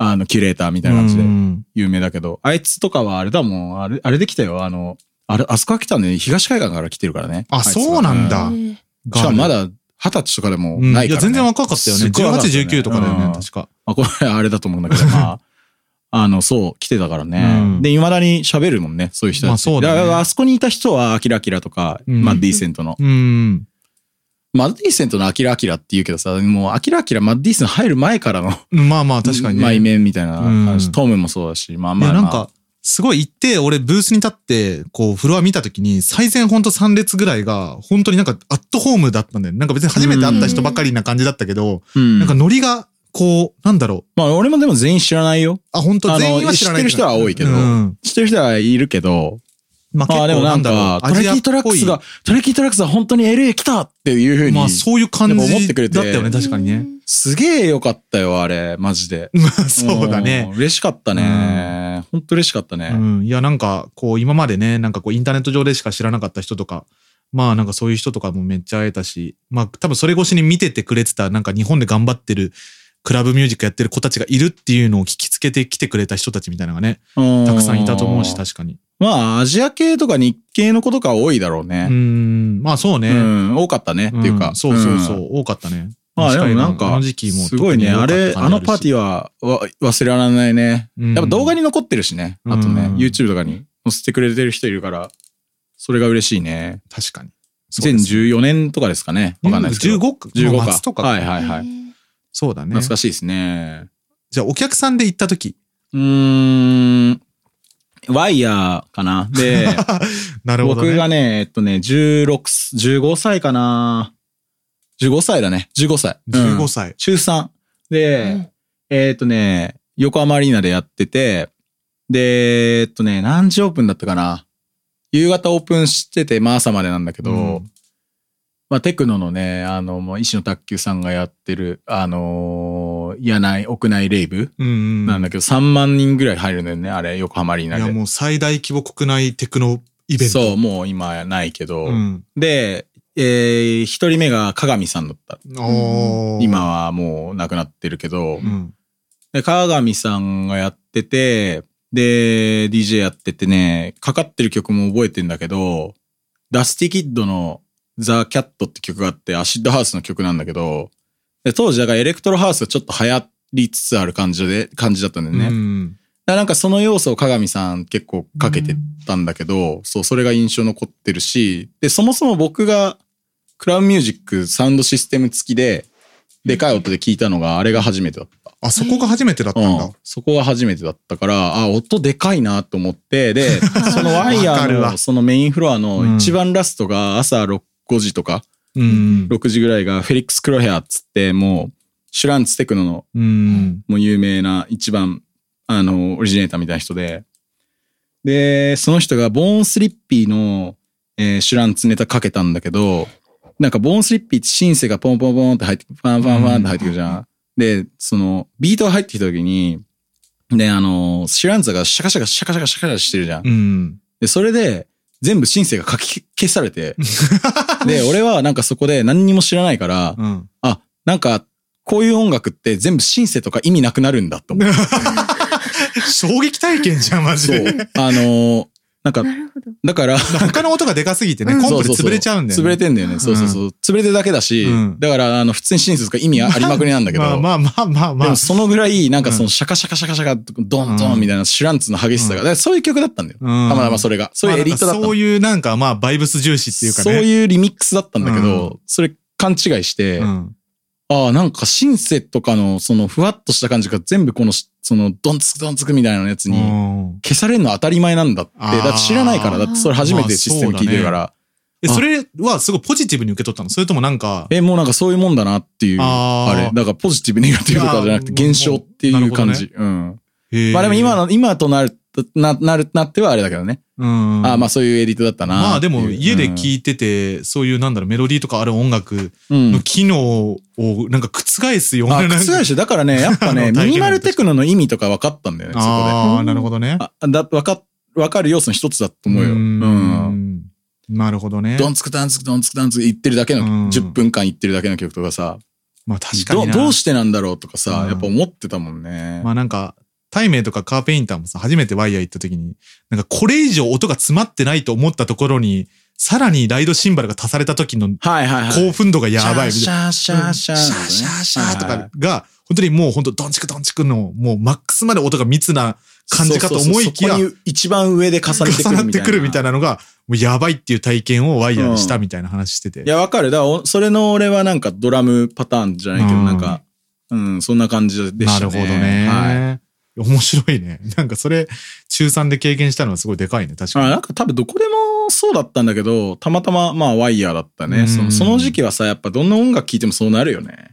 S3: あの、キュレーターみたいな感じで
S1: う。ん
S3: 有名だけど、あいつとかはあれだもん、あれ、あれできたよ、あの、あれ、あそこは来たんで、東海岸から来てるからね。
S1: あ
S3: いつは
S1: そうなんだ
S3: う
S2: ええ
S1: ガー
S3: しか
S1: ル
S3: もまだ二十歳とかでも
S1: うん
S3: ないから、ね
S1: いや、全然若かったよね。
S3: すっごい若かったよ
S1: 18、
S3: ね
S1: 19とかだよ
S3: うん
S1: ね、確か。
S3: まあ、これあれだと思うん だけど、まあ、あの、そう、来てたからね。
S1: うん
S3: で、未だに喋るもんね、そういう人たち。
S1: まあそうだね
S3: からあそこにいた人は、アキラアキラとか、
S1: うん
S3: マッディーセントの。
S1: うん。
S3: マッディーセントのアキラアキラって言うけどさ、もう、アキラアキラ、マッディーセント入る前からの、
S1: まあまあ、確かにね。
S3: まあ、イメンみたいな感じ、
S1: うん
S3: トムもそうだし、まあ
S1: い
S3: ま
S1: や、
S3: あ、まあ、
S1: なんか、すごい行って、俺ブースに立って、こう、フロア見たときに、最前ほんと3列ぐらいが、本当になんか、アットホームだったんだよね。なんか別に初めて会った人ばかりな感じだったけど、
S3: うん、
S1: なんかノリが、こう、なんだろう。
S3: まあ、俺もでも全員知らないよ。
S1: あ、本当
S3: あの
S1: 全員は知らない
S3: 知ってる人は多いけど
S1: うん
S3: 知ってる人はいるけど、
S1: まあ
S3: まあでもなんか、トレキートラックスが、、トレキートラックスは本当に LA 来たっていうふ
S1: 結
S3: う
S1: 構なんだろうアジアっぽいまあ
S3: に、
S1: そういう感
S3: でも思って
S1: じ
S3: くれて
S1: だったよね、確かにね。。
S3: すげえよかったよ、あれ、マジで。
S1: まあ そうだね。
S3: ん。嬉しかったね。本当嬉しかった
S1: う
S3: ね。
S1: ん。いや、なんか、こう、今までね、なんかこう、インターネット上でしか知らなかった人とか、まあなんかそういう人とかもめっちゃ会えたし、まあ多分それ越しに見ててくれてた、なんか日本で頑張ってる、クラブミュージックやってる子たちがいるっていうのを聞きつけてきてくれた人たちみたいなのがね、た
S3: た
S1: くさんいたと思うし、確かに。
S3: まあ、アジア系とか日系の子とか多いだろう
S1: う
S3: ね。
S1: ん、まあそう
S3: う
S1: ね。
S3: ん、多かったね。っていう
S1: う
S3: か。
S1: んそうそうそう、
S3: ん。
S1: 多かったね。
S3: まあでもなん
S1: あ
S3: か
S1: の時、期も
S3: すごいね。あれ、あのパーティ
S1: ー
S3: ーはわ忘れられないね。
S1: や
S3: やっぱ動画
S1: に
S3: に残ってるしね。あと
S1: う
S3: ね
S1: ん、
S3: YouTube とかに載せてくれてる人いるから、それが嬉しいね。
S1: 確かに。
S3: 2014年とかですかね。わかんないですけど。
S1: 15か。
S3: 15
S1: もう
S3: か
S1: 末とか。
S3: はいはいはい。
S1: そうだね
S3: 懐。かしいですね。
S1: じゃあお客さんで行った時。
S3: うーん。ワイヤーかな。で、
S1: なるほど
S3: 僕が
S1: ね。
S3: ね、えっとね、16、15歳かな。15歳だね。15歳。うん
S1: 15歳。
S3: 中3。で、
S2: うん
S3: えーっ、とね、横浜アリーナでやってて、で、えーっ、とね、何時オープンだったかな夕方オープンしてて、まあ朝までなんだけど、
S1: うん
S3: まあ、テクノのね、あの、もう、石野卓球さんがやってる、あのー、屋内、屋内レイブ
S1: うんうん。
S3: なんだけど、3万人ぐらい入るのよね、あれ、横浜アリーナ
S1: いや、
S3: で。
S1: もう最大規模国内テクノイベント。
S3: そう、もう今ないけど。
S1: うん。
S3: で、えー、一人目が鏡さんだった。
S1: おー
S3: 今。はもう亡くなってるけど
S1: う、ん。
S3: で、川上さんがやってて、で、DJ やっててね、かかってる曲も覚えてんだけど、ダスティキッドのザ・キャットって曲があって、アシッドハウスの曲なんだけど、で当時だからエレクトロハウスがちょっと流行りつつある感じで、感じだったんだよね。
S1: う
S3: だか
S1: ん。
S3: らなんかその要素を加賀美さん結構かけてたんだけど、そう、それが印象残ってるし、で、そもそも僕がクラウンミュージックサウンドシステム付きで、でかい音で聞いたのがあれが初めてだった。
S1: あ、そこが初めてだったん
S3: う
S1: だ
S3: ん。、そこが初めてだったから、あ、音でかいなと思っ て、で、 そのワイ
S1: わ
S3: ヤ
S1: かる
S3: ー
S1: わ
S3: の、そのメインフロア
S1: うん
S3: の一番ラストが朝6 5時とか、
S1: うん。
S3: 6時ぐらいがフェリックス・クロヘアっつって、もう、シュランツ・テクノの
S1: うん。
S3: もう有名な一番、あの、オリジネーターみたいな人で、で、その人がボーンスリッピーの、えーシュランツネタかけたんだけど、なんかボーンスリッピーってシンセがポンポンポンって入って、ファンファンファンって入ってくるじゃん。で、その、ビートが入ってきた時に、で、あの、シュランツがシャカシャカシャカシャカシャカシャカしてるじゃん
S1: う。ん。
S3: で、それで、全部シンセが書き消されて、で、俺はなんかそこで何にも知らないから、
S1: うん。
S3: あ、なんか、こういう音楽って全部シンセとか意味なくなるんだと思って。
S1: 衝撃体験じゃん、マジ
S3: そう
S1: で。。
S3: あのーなんか、
S2: なるほど。
S3: だから、
S1: 他の音がでかすぎてね、コン
S3: そ
S1: プ
S3: う
S1: で
S3: そうそう
S1: 潰れちゃうんだよね。
S3: 潰れてんだよね。そうそうそう。潰れてるだけだし、
S1: うん
S3: だから、あの、普通にシンセとか意味ありまくりなんだけど、
S1: まあまあまあまあま
S3: で
S1: あ
S3: も。そのぐらい、なんかそ
S1: うん
S3: のシャカシャカシャカシャカ、ドンド
S1: うん
S3: ンみたいなシュランツの激しさ
S1: う
S3: が、
S1: ん
S3: だからそういう曲だったんだよ。
S1: うん
S3: たまたまそれが。そういうエリートだっ
S1: まあ
S3: た
S1: なんかそ
S3: の
S1: ういうなんかまあバイブス重視っていうか
S3: そう
S1: ね。
S3: いうリミックスだったんだけど、
S1: う
S3: それ勘違いして、
S1: うん
S3: ああ、なんかシンセとかのそのふわっとした感じが全部この、そのドンツクドンツクみたいなやつに、
S1: うん
S3: 消されるのは当たり前なんだって。
S1: あー
S3: だって知らないから、だってそれ初めてシステム聞いてるから、
S1: えそれはすごいポジティブに受け取ったのそれともなんか、
S3: え、もうなんかそういうもんだなっていう、
S1: あ
S3: あ
S1: ー
S3: れ。だからポジティブネガティブとかじゃなく
S1: いや
S3: て現象って
S1: もうな
S3: い
S1: るほ
S3: う
S1: どね
S3: 感じ。うん。
S1: へー
S3: まあでも今、の、今となる、な、なる、なってはあれだけどね。
S1: うん
S3: あーまあそういうエディットだったな
S1: まあでも家で
S3: い
S1: 聴いてて、そういうなんだろう、メロディーとかある音楽
S3: てうん。う
S1: の
S3: ん
S1: 機能をなんか覆すような。
S3: あ、
S1: なんか
S3: 覆し、だからね、やっぱ
S1: あ
S3: ね、
S1: の体験
S3: ミニマルテクノの意味とか分かったんだよね、そこで。
S1: ああ、なるほどね。
S3: あ、だ、分か、分かる要素の一つだと思うよ。うん。
S1: ん。なるほどね。
S3: ドンツクダンツクドンツクダンツク言ってるだけの、
S1: うん
S3: 10分間言ってるだけの曲とかさ、
S1: まあ確かにな。
S3: どどうしてなんだろうとかさ、
S1: うん
S3: やっぱ思ってたもんね。
S1: まあなんか、タイメイとかカーペインターもさ、初めてワイヤー行った時に、なんかこれ以上音が詰まってないと思ったところに、さらにライドシンバルが足された時の
S3: はいはいはい。
S1: 興奮度がやばいみたい
S3: シ
S1: な。
S3: ャーシャーシャー
S1: シ
S3: シ
S1: ャ
S3: ャー、
S1: ーシャーシャーと
S3: はいはいは
S1: か
S3: い
S1: が、本当にもう本当ドンチクドンチクの、もうマックスまで音が密な感じかと思いきや、
S3: そう
S1: 重
S3: そうそうそこに一番上で重ねてくるみたいな。
S1: なってくるみたい
S3: い
S1: なのが、もうやばいっていう体験をワイヤーでしたみたいな話してて。
S3: や、わかる。だからお、それの俺はなんかドラムパターンじゃないけど、
S1: うん
S3: なんか、うん、そんな感じで
S1: な
S3: したね。
S1: るほどね。
S3: はい。
S1: 面白いね。なんかそれ、中3で経験したのはすごいでかいね、確か
S3: あ
S1: に。
S3: なんか多分どこでもそうだったんだけど、たまたままあワイヤーだった
S1: う
S3: ね。
S1: ん
S3: そのその時期はさ、やっぱどんな音楽聴いてもそうなるよね。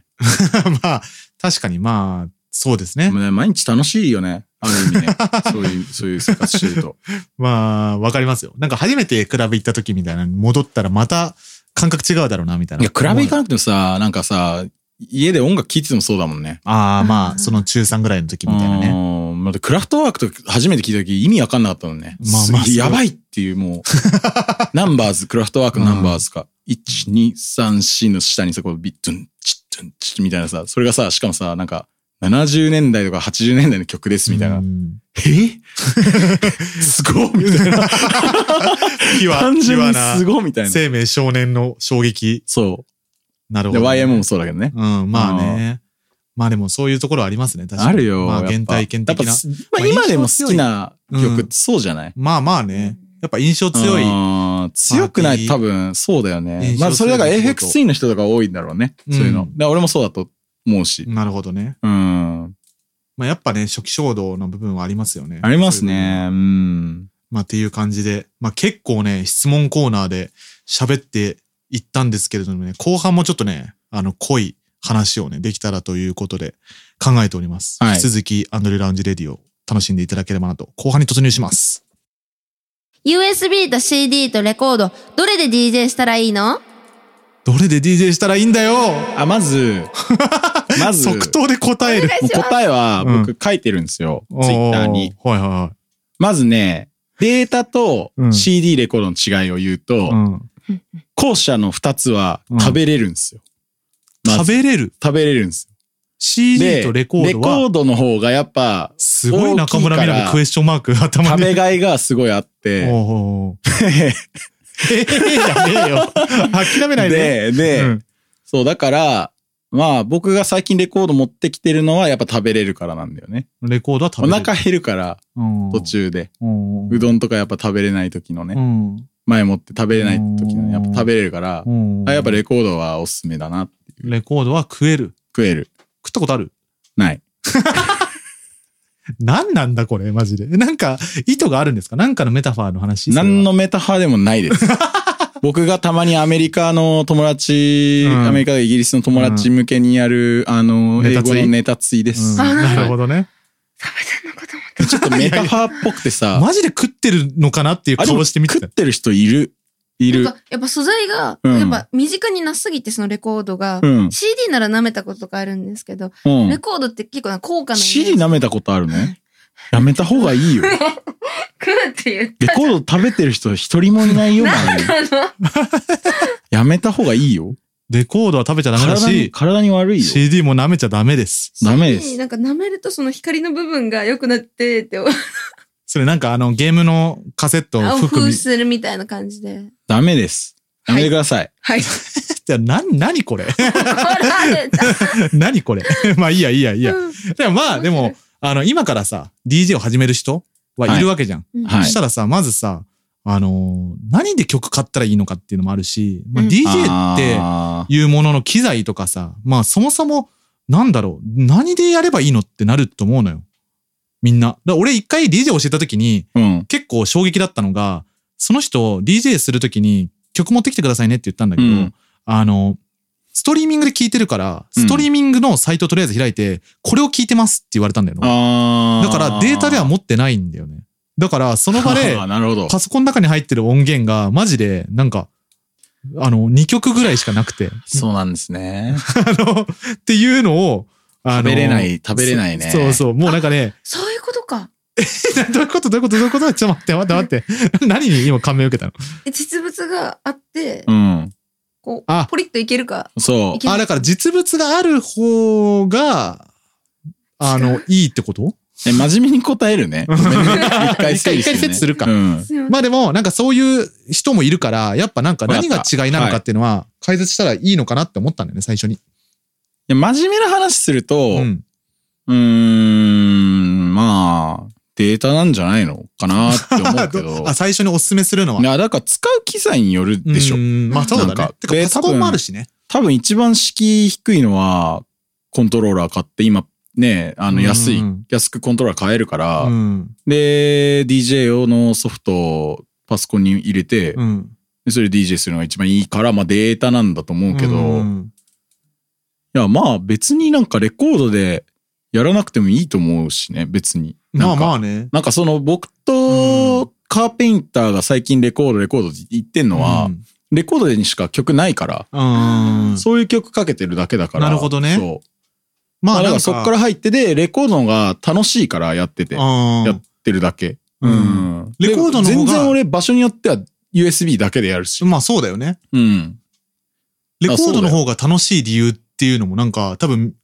S1: まあ、確かにまあ、そうですね
S3: で。もね毎日楽しいよね。ある意 味ね。そういう、そういう生活してると。
S1: まあ、わかりますよ。なんか初めてクラブ行った時みたいな、戻ったらまた感覚違うだろうな、みたいな。
S3: いや、比べ行かなくてもさ、なんかさ、家で音楽聴いててもそうだもんね。
S1: ああ、まあ、その中3ぐらいの時みたいなね。
S3: うんまたクラフトワークとか初めて聞いた時意味わかんなかったのね。
S1: まあまあ
S3: すげえ
S1: そう
S3: やばいっていうもう、ナンバーズ、クラフトワークのナンバーズか。1、2、3、4の下にさ、こうビッドゥン、チッドゥン、チッみたいなさ、それがさ、しかもさ、なんか、70年代とか80年代の曲ですみたいな。
S1: うん
S3: えすごいみたい な。
S1: ピュア、
S3: 単
S1: ピ
S3: 純
S1: ュア
S3: に
S1: な
S3: す、ごいみたいな。
S1: 生命少年の衝撃。
S3: そ
S1: なる
S3: う。
S1: ほ
S3: で、
S1: ど。
S3: YMO もそうだけどね。
S1: うん、まあね。まあでもそういうところありますね、確かに。
S3: あるよ。
S1: まあ、
S3: やっぱ
S1: 原体験的
S3: や
S1: な
S3: っぱ。まあ、今でも好きな曲ってそうじゃない、
S1: まあまあね。やっぱ印象強い。
S3: い。強くな
S1: パーティー
S3: い多分、そうだよね
S1: 印。象
S3: まあ、それだから
S1: 強いってこと
S3: AFX3 の人とか多いんだろうね。そういうの。
S1: う
S3: だ
S1: ん
S3: から俺もそうだと思うし。
S1: なるほどね。
S3: うん。
S1: まあやっぱね、初期衝動の部分はありますよね。
S3: ありますね。うん。
S1: まあっていう感じで、まあ結構ね、質問コーナーで喋っていったんですけれどもね、後半もちょっとね、あの、濃い話をね、できたらということで考えております。
S3: はい
S1: 引き続き、アンドレラウンジレディを楽しんでいただければなと、後半に突入します。
S2: USB と CD とレコード、どれで DJ したらいいの
S1: どれで DJ したらいいんだよ
S3: あ、まず、 まず、
S1: 即答で答える。
S3: もう答えは
S1: うん
S3: 僕書いてるんですよ。ツイッターに。
S1: おー。はいはいは
S3: まずね、データと
S1: うん
S3: CD レコードの違いを言うと、
S1: い。うん。
S3: 後者の二つは
S1: うん
S3: 食べれるんですよ。ま
S1: 食
S3: ず
S1: べれる。
S3: 食べれるんですよ。
S1: CD とレコー
S3: レ
S1: ド
S3: コ
S1: は
S3: ー、ドの方がやっぱ、
S1: すごい中村みなみクエスチョンマーク頭
S3: 食
S1: に。
S3: べがいがすごいあっ
S1: お
S3: て、
S1: ー おーええやべえよ。諦めないで。
S3: で、で、
S1: うん
S3: そう、だから、まあ僕が最近レコード持ってきてるのはやっぱ食べれるからなんだよね。
S1: レコードは食
S3: お
S1: べれる。
S3: 腹減るから
S1: うん、
S3: 途中で、
S1: うん。
S3: うどんとかやっぱ食べれない時の
S1: う
S3: ね、
S1: ん。
S3: 前もって食べれない時のね、やっぱ食べれるから、
S1: うん
S3: あやっぱレコードはおすすめだな。
S1: レコードは食える。
S3: 食える。
S1: 食ったことある
S3: ない。
S1: 何なんだこれ、マジで。なんか、意図があるんですかなんかのメタファーの話
S3: 何のメタファーでもな いです。僕がたまにアメリカの友達、
S1: うん
S3: アメリカでイギリスの友達向けにやる、あの、
S1: ネ
S3: 英
S1: タつ
S3: 語
S1: い
S3: のネタついで
S1: うん
S3: す。
S1: なるほどね。
S2: サバちゃんのことも
S3: ちょっとメタファーっぽく てさ、
S1: マジで食ってるのかなっていう
S3: あれ
S1: 顔してみて
S3: 食
S1: た
S3: っ。てる人いる。いる
S2: なん。かやっぱ素材が、
S3: うん
S2: やっぱ身近になすぎてそのレコードが、
S3: うん。
S2: CD なら舐めたことがあるんですけど、
S3: う
S2: レ
S3: ん。
S2: コードって結構な高価なイメージ。
S3: CD 舐めたことあるのやめた方がいいよ。レ
S2: 食うって言って。
S3: コード食べてる人一人もいないよ、周りに
S2: あの、
S3: やめた方がいいよ。
S1: レコードは食べちゃダメだ
S3: 体に、
S1: し、
S3: 体に悪いよ。
S1: CD も舐めちゃダメです。
S3: ダメです。
S2: なんか舐めるとその光の部分が良くなってって、
S1: それなんかあの、ゲームのカセットを
S2: 青
S1: 含
S2: 風
S1: み。
S2: するみたいな感じで。
S3: ダメです。やめてください。
S2: はい。
S1: じゃあ、な、なにこれ
S2: 怒られた。
S1: 何これ まあ、いいや、いいや、いいや。
S2: うん
S1: でもまあ、でも、あの、今からさ、DJ を始める人はいるわけじゃん。
S3: はい
S1: そしたらさ、まずさ、あのー何で曲買ったらいいのかっていうのもあるし、まあ、
S2: うん
S1: DJ って
S3: あ
S1: いうものの機材とかさ、まあそもそも、なんだろう、何でやればいいのってなると思うのよ。みんな。だから俺一回 DJ 教えた時に、
S3: ーうん。
S1: 結構衝撃だったのが、その人 DJ する時に曲持ってきてくださいねって言ったんだけど、
S3: うん
S1: あの、ストリーミングで聴いてるから、ストリーミングのサイトをとりあえず開いて、これを聴いてますって言われたんだよな。
S3: あ
S1: だからデータでは
S3: っ
S1: 持ってないんだよね。だからその場で、
S3: なるほど。
S1: パソコンの中に入ってる音源が、マジで、なんか、あの、2曲ぐらいしかなくて、
S3: そうなんですね。
S1: あの、っていうのを、あの、
S3: 食べれない食べれないね
S1: そそうそう、もうなんかね、
S2: そういうことか。
S1: どういうことどういうことどういうことちょっと待って待って待って。 何に今感銘を受けたの
S2: え実物があって、
S3: うん。
S2: こ
S1: あ
S2: う、ポリッといけるか。
S3: そ
S2: いける
S1: あ、だから実物がある方が、あの、いいってこと
S3: う。え、真面目に答えるね。 一回整理して、ね。
S1: 一回整理するか
S3: うん。
S2: すいません
S1: まあでも、なんかそういう人もいるから、やっぱなんか何が違いなのかっていうのは、解説したらいいのかなって思ったんだよね、最初に。
S3: いや真面目な話すると、
S1: う。
S3: うんーん、まあ、データなんじゃないのかなって思うけ ど。。
S1: あ、最初にお勧めするのはい
S3: や、だから使う機材によるでしょ
S1: う。んまあそうだ
S3: なん
S1: ね
S3: か。
S1: てか
S3: で
S1: パソコンもあるしね。
S3: 多分一番敷居低いのは、コントローラー買って、今、ね、あの、安い、
S1: うん
S3: 安くコントローラー買えるから、
S1: うん。
S3: で、DJ 用のソフトをパソコンに入れて、
S1: うん。
S3: でそれで DJ するのが一番いいから、まあデータなんだと思うけど、
S1: うん
S3: いや、まあ別になんかレコードでやらなくてもいいと思うしね、別に。
S1: まあ
S3: なんか
S1: まあね。
S3: なんかその僕
S1: うん
S3: とカーペインターが最近レコードレコードって言ってんのは、
S1: うん
S3: レコードにしか曲ないから、
S1: うん。
S3: そういう曲かけてるだけだから。
S1: なるほどね
S3: そう。
S1: ま
S3: ま
S1: あ
S3: あ
S1: な
S3: だ
S1: ん
S3: か
S1: から
S3: そっから入ってで、レコードの方が楽しいからやってて、や
S1: うん
S3: ってるだけ。
S1: うん。
S3: うん
S1: レコードの方が
S3: で全然俺場所によっては USB だけでやるし。
S1: まあそうだよね。
S3: うん。
S1: レコードの方が楽しい理由っていうのもなんか多分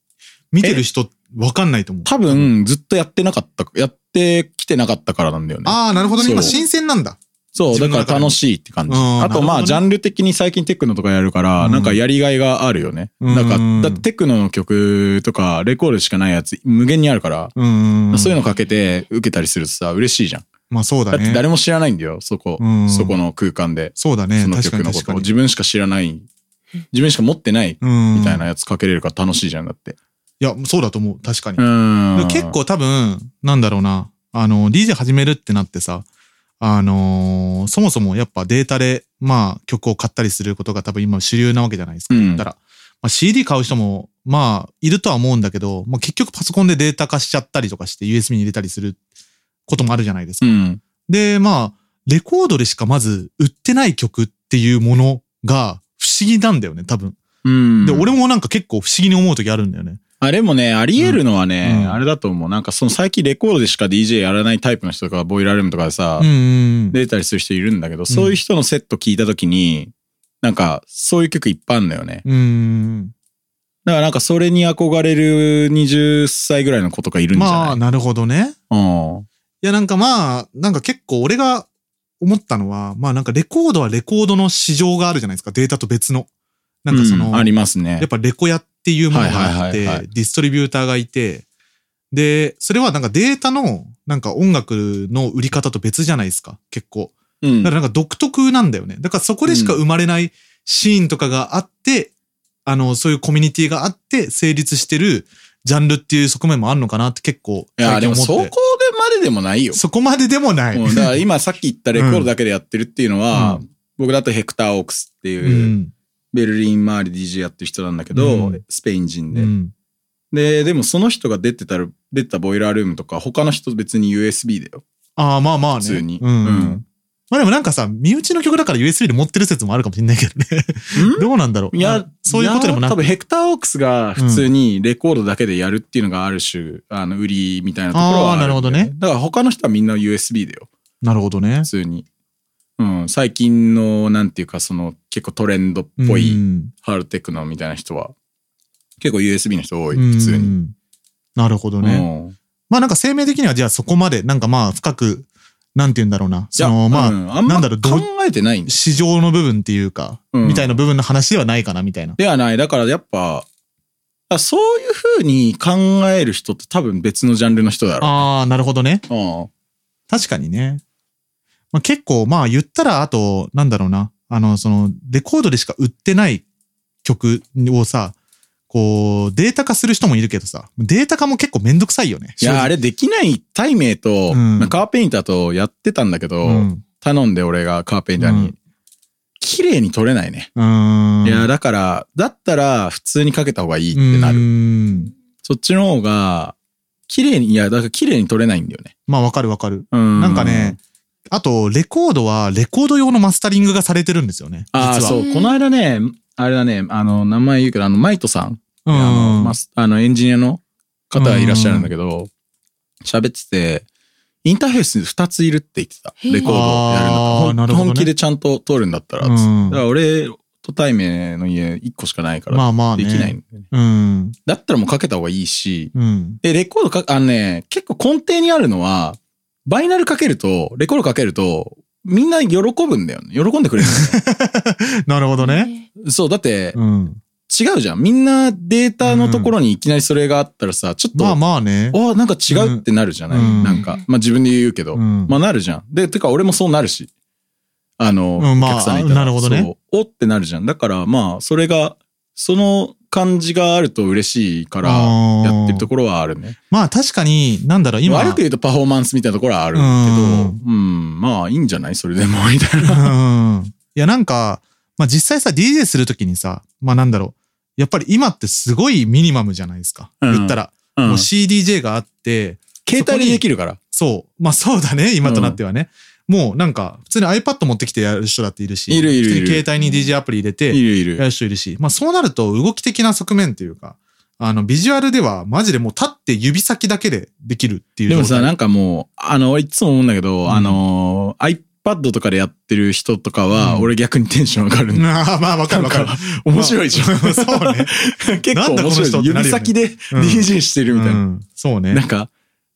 S1: 見てる人わかんないと思う。
S3: 多分ずっとやってなかった、やってきてなかったからなんだよね。
S1: ああ、なるほどね。
S3: そう
S1: 今新鮮なんだ。
S3: そう、
S1: 自
S3: だ
S1: 分の
S3: から楽しいって感じ。
S1: うん
S3: あと、
S1: なるほ
S3: ま
S1: ど
S3: あ、
S1: ね
S3: ジャンル的に最近テクノとかやるから、
S1: うん
S3: なんかやりがいがあるよね。
S1: うん
S3: なんか、だってテクノの曲とか、レコードしかないやつ、無限にあるから、
S1: うん。
S3: そういうのかけて受けたりするとさ、嬉しいじゃん。
S1: まあそう
S3: だ
S1: だ
S3: って
S1: ね。
S3: 誰も知らないんだよ、そこ
S1: うん、
S3: そこの空間で、
S1: そうだね
S3: そ。の
S1: 確か
S3: 曲
S1: に
S3: のこ
S1: 確
S3: と
S1: か
S3: を。
S1: に。
S3: 自分しか知らない、自分しか持ってない、
S1: うん。
S3: みたいないやつかけれるから楽しいじゃん、だって。
S1: や、そうだと思う。確かに
S3: う。ん。
S1: 結、構多分、なんだろうな、あの、DJ 始めるってなってさ、あのーそもそもやっぱデータで、まあ曲を買ったりすることが多分今主流なわけじゃないですか。
S3: うん
S1: 言ったら。まあ、CD 買う人も、まあ、いるとは思うんだけど、まあ結局パソコンでデータ化しちゃったりとかして USB に入れたりすることもあるじゃないですか。
S3: うん。
S1: で、まあ、レコードでしかまず売ってない曲っていうものが不思思議なんだよね、多分。
S3: うん。
S1: で、俺もなんか結構不思議に思う時あるんだよね。
S3: あれもね、あり得るのはね、
S1: うん
S3: あれだと思う。なんかその最近レコードでしか DJ やらないタイプの人とか、ボイラールームとかでさ、
S1: うんうん。
S3: 出たりする人いるんだけど、そういう人のセット聞いた時に、なんかそういう曲いっぱいあるんだよね。
S1: うんうん
S3: だからなんかそれに憧れる20歳ぐらいの子とかいるんじ
S1: ま
S3: ゃ
S1: あ、
S3: ない
S1: なるほどね。
S3: うん。
S1: いや、なんかまあ、なんか結構俺が思ったのは、まあなんかレコードはレコードの市場があるじゃないですか、データと別の。なんかその、
S3: うありますね。
S1: やっぱレコ屋っていうものがあっ
S3: はいはい
S1: て、
S3: はいはい
S1: ディストリビューターがいて、で、それはなんかデータの、なんか音楽の売り方と別じゃないですか、結構。
S3: うん
S1: だからなんか独特なんだよね。だからそこでしか生まれないシーンとかがあって、あの、そういうコミュニティがあって成立してるジャンルっていう側面もあるのかなって結構
S3: いや、
S1: 最
S3: で
S1: 近
S3: も
S1: 思っ
S3: そこで
S1: て。
S3: まででもないよ。
S1: そこまででもない。
S3: うんだから今さっき言ったレコードだけでやってるっていうのは、
S1: う
S3: 僕だとヘクター・オークスって
S1: う
S3: いう、
S1: ん。
S3: ベルリン周り DJ やってる人なんだけど、
S1: うん
S3: スペイン人
S1: う
S3: で、
S1: ん。
S3: で、でもその人が出てたら、出てたボイラールームとか、他の人別に USB だよ。
S1: ああ、まあまあね。
S3: 普通に
S1: うん。
S3: うん
S1: まあでもなんかさ、身内の曲だから USB で持ってる説もあるかもしれないけどね。どうなんだろう。
S3: いや
S1: あ、そういうことでもな
S3: 多
S1: く
S3: 分ヘクター・オークスが普通にレコードだけでやるっていうのがある種、あの、売りみたいなところは
S1: あ
S3: あんだよ
S1: ーなるほどね。
S3: だから他の人はみんな USB だよ。
S1: なるほどね
S3: 普。通に。うん、最近の、なんていうか、その、結構トレンドっぽ
S1: う
S3: い、
S1: ん
S3: ハードテクノみたいな人は、結構 USB の人多い、普通
S1: う
S3: に。
S1: んなるほどね。
S3: うん
S1: まあなんか生命的にはじゃあそこまで、なんかまあ深く、なんて言うんだろうな。
S3: じ
S1: そ
S3: ゃ
S1: のまあ、
S3: うんあんま
S1: なんだろうどう
S3: 考えてないんです。
S1: 市場の部分っていうか、
S3: うん
S1: みたいな部分の話ではないかな、みたいな。
S3: ではない。だからやっぱ、あそういう風に考える人って多分別のジャンルの人だろ
S1: ああ、なるほどね。
S3: う。うん
S1: 確かにね。まあ、結構、まあ言ったら、あと、なんだろうな。あの、その、レコードでしか売ってない曲をさ、こう、データ化する人もいるけどさ、データ化も結構めんどくさいよね。
S3: いや、あれできない対名と、
S1: うん
S3: カーペインターとやってたんだけど、
S1: うん。
S3: 頼んで俺がカーペインターに、
S1: うん
S3: 綺麗に撮れないね。
S1: うん。
S3: いや、だから、だったら普通にかけた方がいいっ
S1: う
S3: てなる。
S1: ん。
S3: そっちの方が、綺麗に、いや、だから綺麗に撮れないんだよね。
S1: まあわかるわかる。
S3: うん。
S1: なんかね、、あと、レコードは、レコード用のマスタリングがされてるんですよね。
S3: ああ、
S1: 実は
S3: そ
S2: うん
S3: う、この間ね、あれだね、あの、名前言うけど、あの、マイトさん、
S1: うん。
S3: あの、まあ、あのエンジニアの方がいらっしゃるんだけど、喋ってて、インターフェース2ついるって言ってた。
S2: へー
S3: レコードをやるんだ
S1: あーな
S3: った
S1: るほど
S3: ら。
S1: ね
S3: 本気でちゃんと撮るんだったら。つって
S1: うん
S3: だから俺と対面の家1個しかないから、
S1: まあまあ
S3: で
S1: ね。
S3: きないんだよね。
S1: うん。
S3: だったらもうかけた方がいいし、
S1: うん。
S3: で、レコードか、あのね、結構根底にあるのは、バイナルかけると、レコードかけると、みんな喜ぶんだよね。喜んでくれるんだ
S1: なるほどね。
S3: よそう、だって、
S1: うん。
S3: 違うじゃん。みんなデータのところにいきなりそれがあったらさ、ちょっと、
S1: まあまあね。
S3: あなんか違うってなるじゃない、
S1: うん
S3: なんか。まあ自分で言うけど。
S1: うん
S3: まあなるじゃん。で、てか俺もそうなるし。あの、
S1: うんまあ
S3: お客さんいたら。
S1: なるほどね
S3: そう。おってなるじゃん。だからまあ、それが、その感じがあると嬉しいから、
S1: あー
S3: やってるところはあるね。
S1: まあ確かに、なんだろう、今。
S3: 悪く言うとパフォーマンスみたいなところはあるけど、うん、まあいいんじゃないそれでも、 みたいな。
S1: うん。いや、なんか、まあ実際さ、DJ するときにさ、まあなんだろう。やっぱり今ってすごいミニマムじゃないですか。
S3: うん
S1: 言ったら。
S3: うん
S1: もう CDJ があって、
S3: 携帯でできるから。
S1: そう。まあそうだね、今となってはね。もうなんか、普通に iPad 持ってきてやる人だっているし、
S3: いるいる
S1: 普通
S3: いる
S1: に携帯に DJ アプリ入れ
S3: い
S1: て、
S3: るい
S1: や
S3: る。
S1: る人いるし、まあそうなると動き的な側面というか、あの、ビジュアルではマジでもう立って指先だけでできるっていう
S3: でもさ、なんんかもう、あの、俺いつも思うんだけど、
S1: ん
S3: あの、iPad とかでやってる人とかは、
S1: うん
S3: 俺逆にテンション上がるんだよ
S1: ああ、まあわかるわかる
S3: な。面白いじゃん。
S1: まあそうね。
S3: 結
S1: なん
S3: 構
S1: だこの
S3: 面白い
S1: 人ってなるよね
S3: 指先で DJ してるみたいな。
S1: うんそうね。
S3: なんか、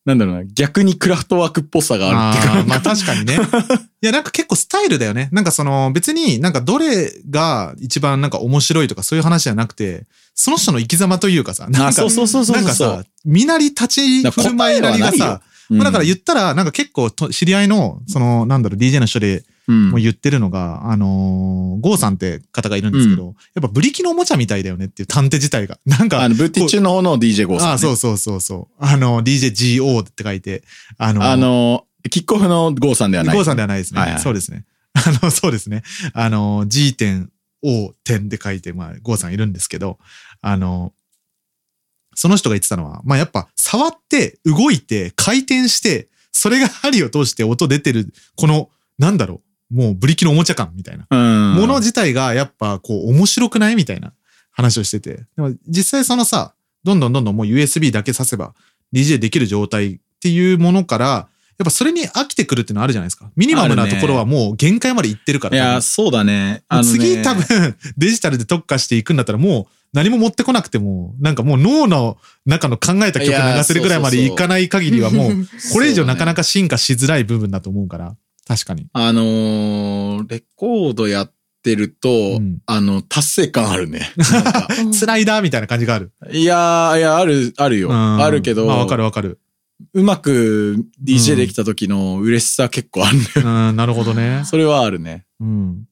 S3: なんだろうな、逆にクラフトワークっぽさがあるっていう
S1: あ
S3: か。
S1: ーまあ確かにね。 いや、なんか結構スタイルだよね。なんかその別になんかどれが一番なんか面白いとかそういう話じゃなくて、その人の生き様というかさ、なん
S3: あ
S1: か、
S3: そうそうそうそうそ
S1: な
S3: う。
S1: んかさ、身なり立ち振る舞いなりが
S3: 答えはないよ
S1: さ、まあだから言ったら、なんか結構と知り合いの、その、なんだろう、DJ の人で
S3: うん、
S1: もう言ってるのが、あのーゴーさんって方がいるんですけど、やっぱブリキのおもちゃみたいだよねっていう探偵自体が。なんか、
S3: あの、ブティッチュの方の DJ ゴーさん、ね。
S1: ああ、そうそうそうそう。あの、DJGO って書いて、あのー
S3: あの、キックオフのゴーさんではない。
S1: ゴーさんではないですね。
S3: はいはい
S1: そうですね。 あの、そうですね。あの、G 点、O 点で書いて、まあ、ゴーさんいるんですけど、あの、その人が言ってたのは、まあやっぱ、触って、動いて、回転して、それが針を通して音出てる、この、なんだろう、もうブリキのおもちゃ感みたいな。
S3: うん。
S1: もの自体がやっぱこう面白くないみたいな話をしてて。でも実際そのさ、どんどんどんどんもう USB だけ挿せば DJ できる状態っていうものから、やっぱそれに飽きてくるっていうのはあるじゃないですか。ミニマムなところはもう限界まで行ってるか
S3: い
S1: ら。
S3: や、そうだね。あのね
S1: 次多分デジタルで特化していくんだったらもう何も持ってこなくても、なんかもう脳の中の考えた曲
S3: いや
S1: 流せるぐらいまでいかない限りは もう、 これ以上なかなか進化しづらい部分だと思うから。確かに。
S3: あのーレコードやってると、
S1: ん
S3: あの、達成感あるね。なんか
S1: スライダーみたいな感じがある。
S3: いやー、いや、ある、あるよ。
S1: うん
S3: あるけど、
S1: まあわかるわか る。
S3: うまく
S1: う
S3: DJ
S1: ん
S3: できた時の嬉しさ結構あるね。
S1: うん、なるほどね。
S3: それはあるね。
S1: うん。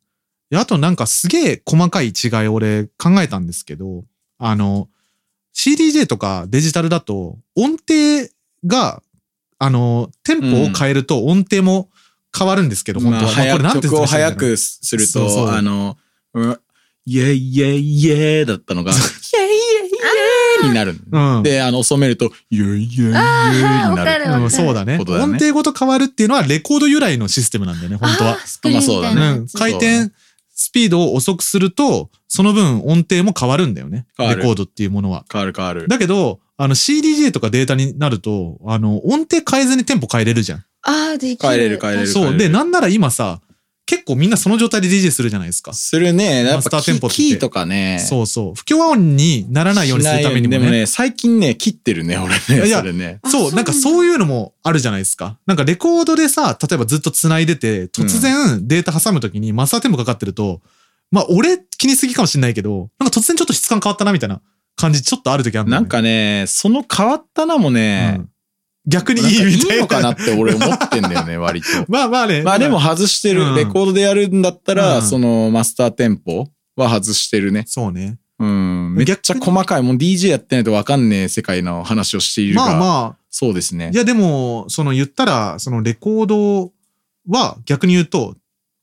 S1: であとなんかすげえ細かい違い俺考えたんですけど、あの、CDJ とかデジタルだと音程が、あの、テンポを変えると音程も変わるんですけど、
S3: ま
S1: 本当
S3: あ、
S1: は。まあ
S3: 早
S1: これなん
S3: く
S1: て
S3: 曲を
S1: 説明したらいいん
S3: 早
S1: だろう
S3: くすると、
S1: そうそう
S3: あの、うんイェイイェイイェイだったのが、イェイイェイイェイになる。
S1: うん
S3: で、あの、遅めると、イェイイェイイェイに
S2: あーわ
S3: な
S2: かる
S3: る。
S1: うん、そうだね
S3: ことだね
S1: 音程ごと変わるっていうのはレコード由来のシステムなんだよね、本当は
S2: あー。スクリーンみたいな
S1: う
S2: や
S1: ん、
S2: つ。
S1: 回転スピードを遅くすると、その分音程も変わるんだよね。
S3: 変わ
S1: レ
S3: る
S1: コードっていうものは。
S3: 変わる変わる。
S1: だけど、あの CDJ とかデータになると、あの、音程変えずにテンポ変えれるじゃん。
S2: ああ、できる。
S3: 帰れる帰れる
S2: 確かに
S1: そう。で、なんなら今さ、結構みんなその状態で DJ するじゃないですか。
S3: するね。やっぱ
S1: マスターテンポって
S3: キーとかね。
S1: そうそう。不協和音にならないようにするためにも
S3: しないようでも
S1: ね。
S3: ね、最近ね、切ってるね、俺ね。
S1: いや
S3: それね。
S2: あ
S1: そう、
S2: そう
S1: な
S2: なんん
S1: か
S2: だ
S1: そういうのもあるじゃないですか。なんかレコードでさ、例えばずっと繋いでて、突然データ挟むときにマスターテンポかかってると、まあ俺気にすぎかもしれないけど、なんか突然ちょっと質感変わったなみたいな感じちょっとあるときあるだ
S3: な
S1: よね
S3: ん、かね、その変わったなもね
S1: う、ん逆に
S3: なんか
S1: いいみた
S3: い
S1: い
S3: のか
S1: な。
S3: なって俺思ってんだよね、割と。
S1: まあまあね。
S3: まあでも、外してる、
S1: うん
S3: レコードでやるんだった
S1: う
S3: ら、
S1: ん
S3: そのマスターテンポは外してるね。
S1: そうね。
S3: うん。めっちゃ細かい。もう DJ やってないとわかんねえ世界の話をしているが、
S1: まあまあ、
S3: そうですね
S1: い。やでも、その言ったら、そのレコードは逆に言うと、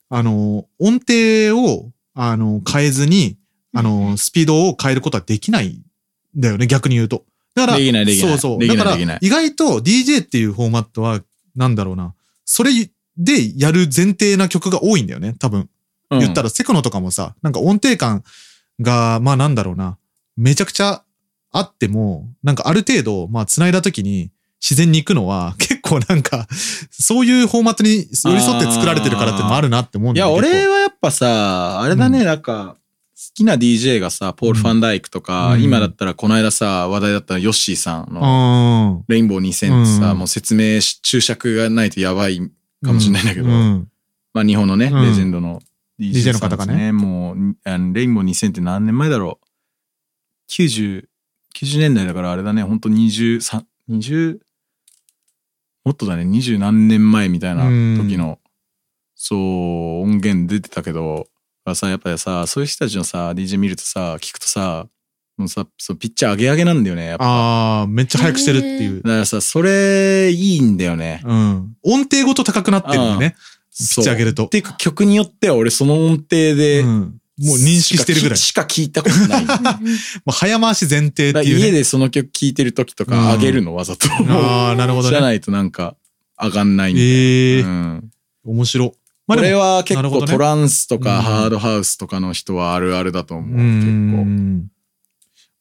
S1: あの、音程を、あの、変えずに、あの、スピードを変えることはできないんだよね、逆に言うと。だから、
S3: できないできない
S1: そうそう。
S3: できな
S1: だか
S3: い
S1: ら、
S3: できない
S1: 意外と DJ っていうフォーマットは、なんだろうな、それでやる前提な曲が多いんだよね、多分。言った
S3: ら、
S1: らセクノとかもさ、なんか音程感が、まあなんだろうな、めちゃくちゃあっても、なんかある程度、まあ繋いだ時に自然に行くのは 結構なんか、そういうフォーマットに寄り添って作られてるからってのもあるなって思うん
S3: い
S1: だ
S3: や、
S1: よね
S3: 俺はやっぱさ、あれだね、なんか、好きな DJ がさ、ポール・ファンダイクとか、
S1: うん
S3: 今だったら、この間さ、話題だったヨッシーさん
S1: う
S3: の、
S1: ん。
S3: レインボー2000ってさ、
S1: うん
S3: もう説明し、注釈がないとやばいかもしれないんだけど、
S1: うん
S3: まあ、日本のね、
S1: うん
S3: レジェンドの
S1: DJ の方がね
S3: さんですもう、あのレインボー2000って何年前だろう。90、90年代だからあれだね、本当23、20、もっとだね、二十何年前みたいな時の、そう、音源出てたけど、だからさ、やっぱりさ、そういう人たちのさ、DJ 見るとさ、聞くとさ、もうさ、そうピッチャー上げ上げなんだよね、やっぱ。
S1: ああ、めっちゃ早くしてるっていう
S3: だ。からさ、それ、いいんだよね。
S1: うん。音程ごと高くなってるのね。ピッチ上げ
S3: る。
S1: ると。
S3: っていうか曲によっては俺その音程で、
S1: うんもう認識してるぐらい。
S3: しか聞いたこと ない。だか
S2: うんうん
S1: もう早回し前提って
S3: ら
S1: い
S3: 家
S1: うね。
S3: でその曲聴いてる時とか
S1: うん
S3: 上げるのわざと。
S1: ああ、なるほど
S3: じゃ
S1: ね。
S3: ないとなんか上がんないんで。
S1: ええ
S3: う、ん
S1: 面白。まあ
S3: こ
S1: でも
S3: れは結
S1: なるほ
S3: 構
S1: どね
S3: トランスと
S1: うん
S3: かハードハウスとかの人はあるあるだと思う。結
S1: 結構。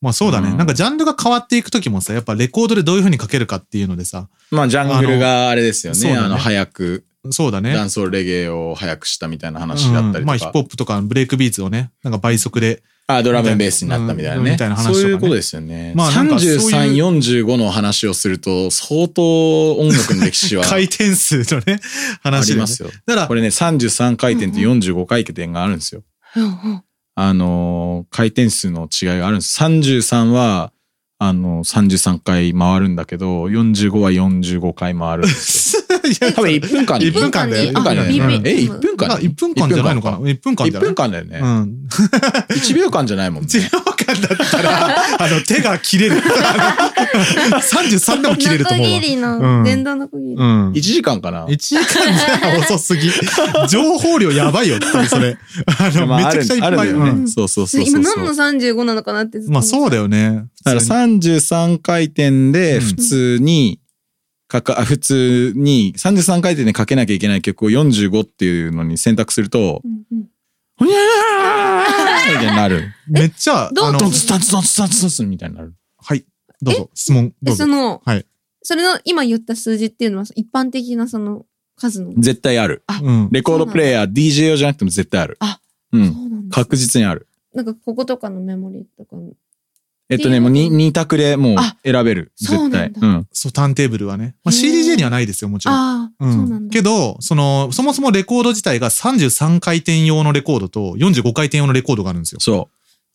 S1: まあそうだね、
S3: うん
S1: なんかジャンルが変わっていくときもさ、やっぱレコードでどういう風に書けるかっていうのでさ、
S3: 構。まあジャングルがあれです
S1: あ
S3: よ
S1: のそう
S3: ね。
S1: だね
S3: あの早く、
S1: そうだね。
S3: ダンソールレゲエを早くしたみたいな話だった
S1: うん
S3: り
S1: まあヒッ
S3: と
S1: プホ
S3: か。
S1: ップとかブレイクビーツをね、なんか倍速で。
S3: あ、ドラムンベースになったみたいな
S1: うん
S3: ね。
S1: みたいな話とか
S3: そう
S1: ね
S3: いうことですよね。
S1: まあなんかそういう
S3: 33、45の話をすると相当音楽の歴史 はあ
S1: 回
S3: り
S1: 転数の ね、
S3: ま
S1: 話で、ね。
S3: すよ。
S1: だから
S3: こ、れね、33回転と45回転があるんですよ。
S2: うん
S3: あのー回転数の違いがあるんです。33は、あのー、33回回るんだけど、45は45回回るんで すよ。多分1分間
S1: 一分間だよ
S3: 1分間だよね。
S1: 一分間
S3: うんえ、1分間
S1: あ1分間じゃないのかな ?1 分間じ
S3: ?1
S1: ゃない
S3: 分間だよね。
S1: うん。
S3: 1秒間じゃないもんね。
S1: 1秒間だったら、あの、手が切れる。33でも切れると思う わ
S2: ノコギ。リ
S1: うん
S2: の、電動ノコギリ。
S1: うん
S3: 1。時間かな。
S1: 1時間じゃ遅すぎ。 情報量やばいよ、それ。あの、
S3: ま
S1: め
S3: ああ
S1: ちゃ
S3: る
S1: くちゃいっ
S3: あるん
S1: ぱ
S3: だ
S1: い。
S3: よ
S1: うん
S3: ね。そうそうそうそう。
S2: 今何の35なのかなってずっと
S1: まあ
S2: 思ってた。
S1: そうだよね。
S3: だから33回転で普通に、かか、あ普通に33回転でかけなきゃいけない曲を45っていうのに選択すると、
S2: うんうん
S3: ほにゃーみたいに なる。
S1: めっちゃ、あ
S2: どう
S1: の、
S3: ドンツタンツドンツタンツドンツみたいになる。
S1: はい、どうぞ、質問、ど
S2: え、
S1: うぞ
S2: そ。の、
S1: はい
S2: それの今言った数字っていうのはその一般的なその数の。
S3: 絶対ある。
S1: うん。
S3: レコードプレイヤー、DJ 用じゃなくても絶対ある。
S2: あ
S3: うん。
S2: そうなんですね
S3: 確実にある。
S2: なんかこことかのメモリとかの。
S3: えっとね、もうに二択でもう
S2: あ
S3: 選べる。
S2: そう
S3: 絶
S2: な
S3: 対
S2: ん。だ
S3: うん。
S1: そう、ターンテーブルはね。まあ、
S2: へー
S1: CDJ にはないですよ、もちろん。
S2: ああ、
S1: うん
S2: そうなんだ。
S1: けど、その、そもそもレコード自体が33回転用のレコードと45回転用のレコードがあるんですよ。
S3: そ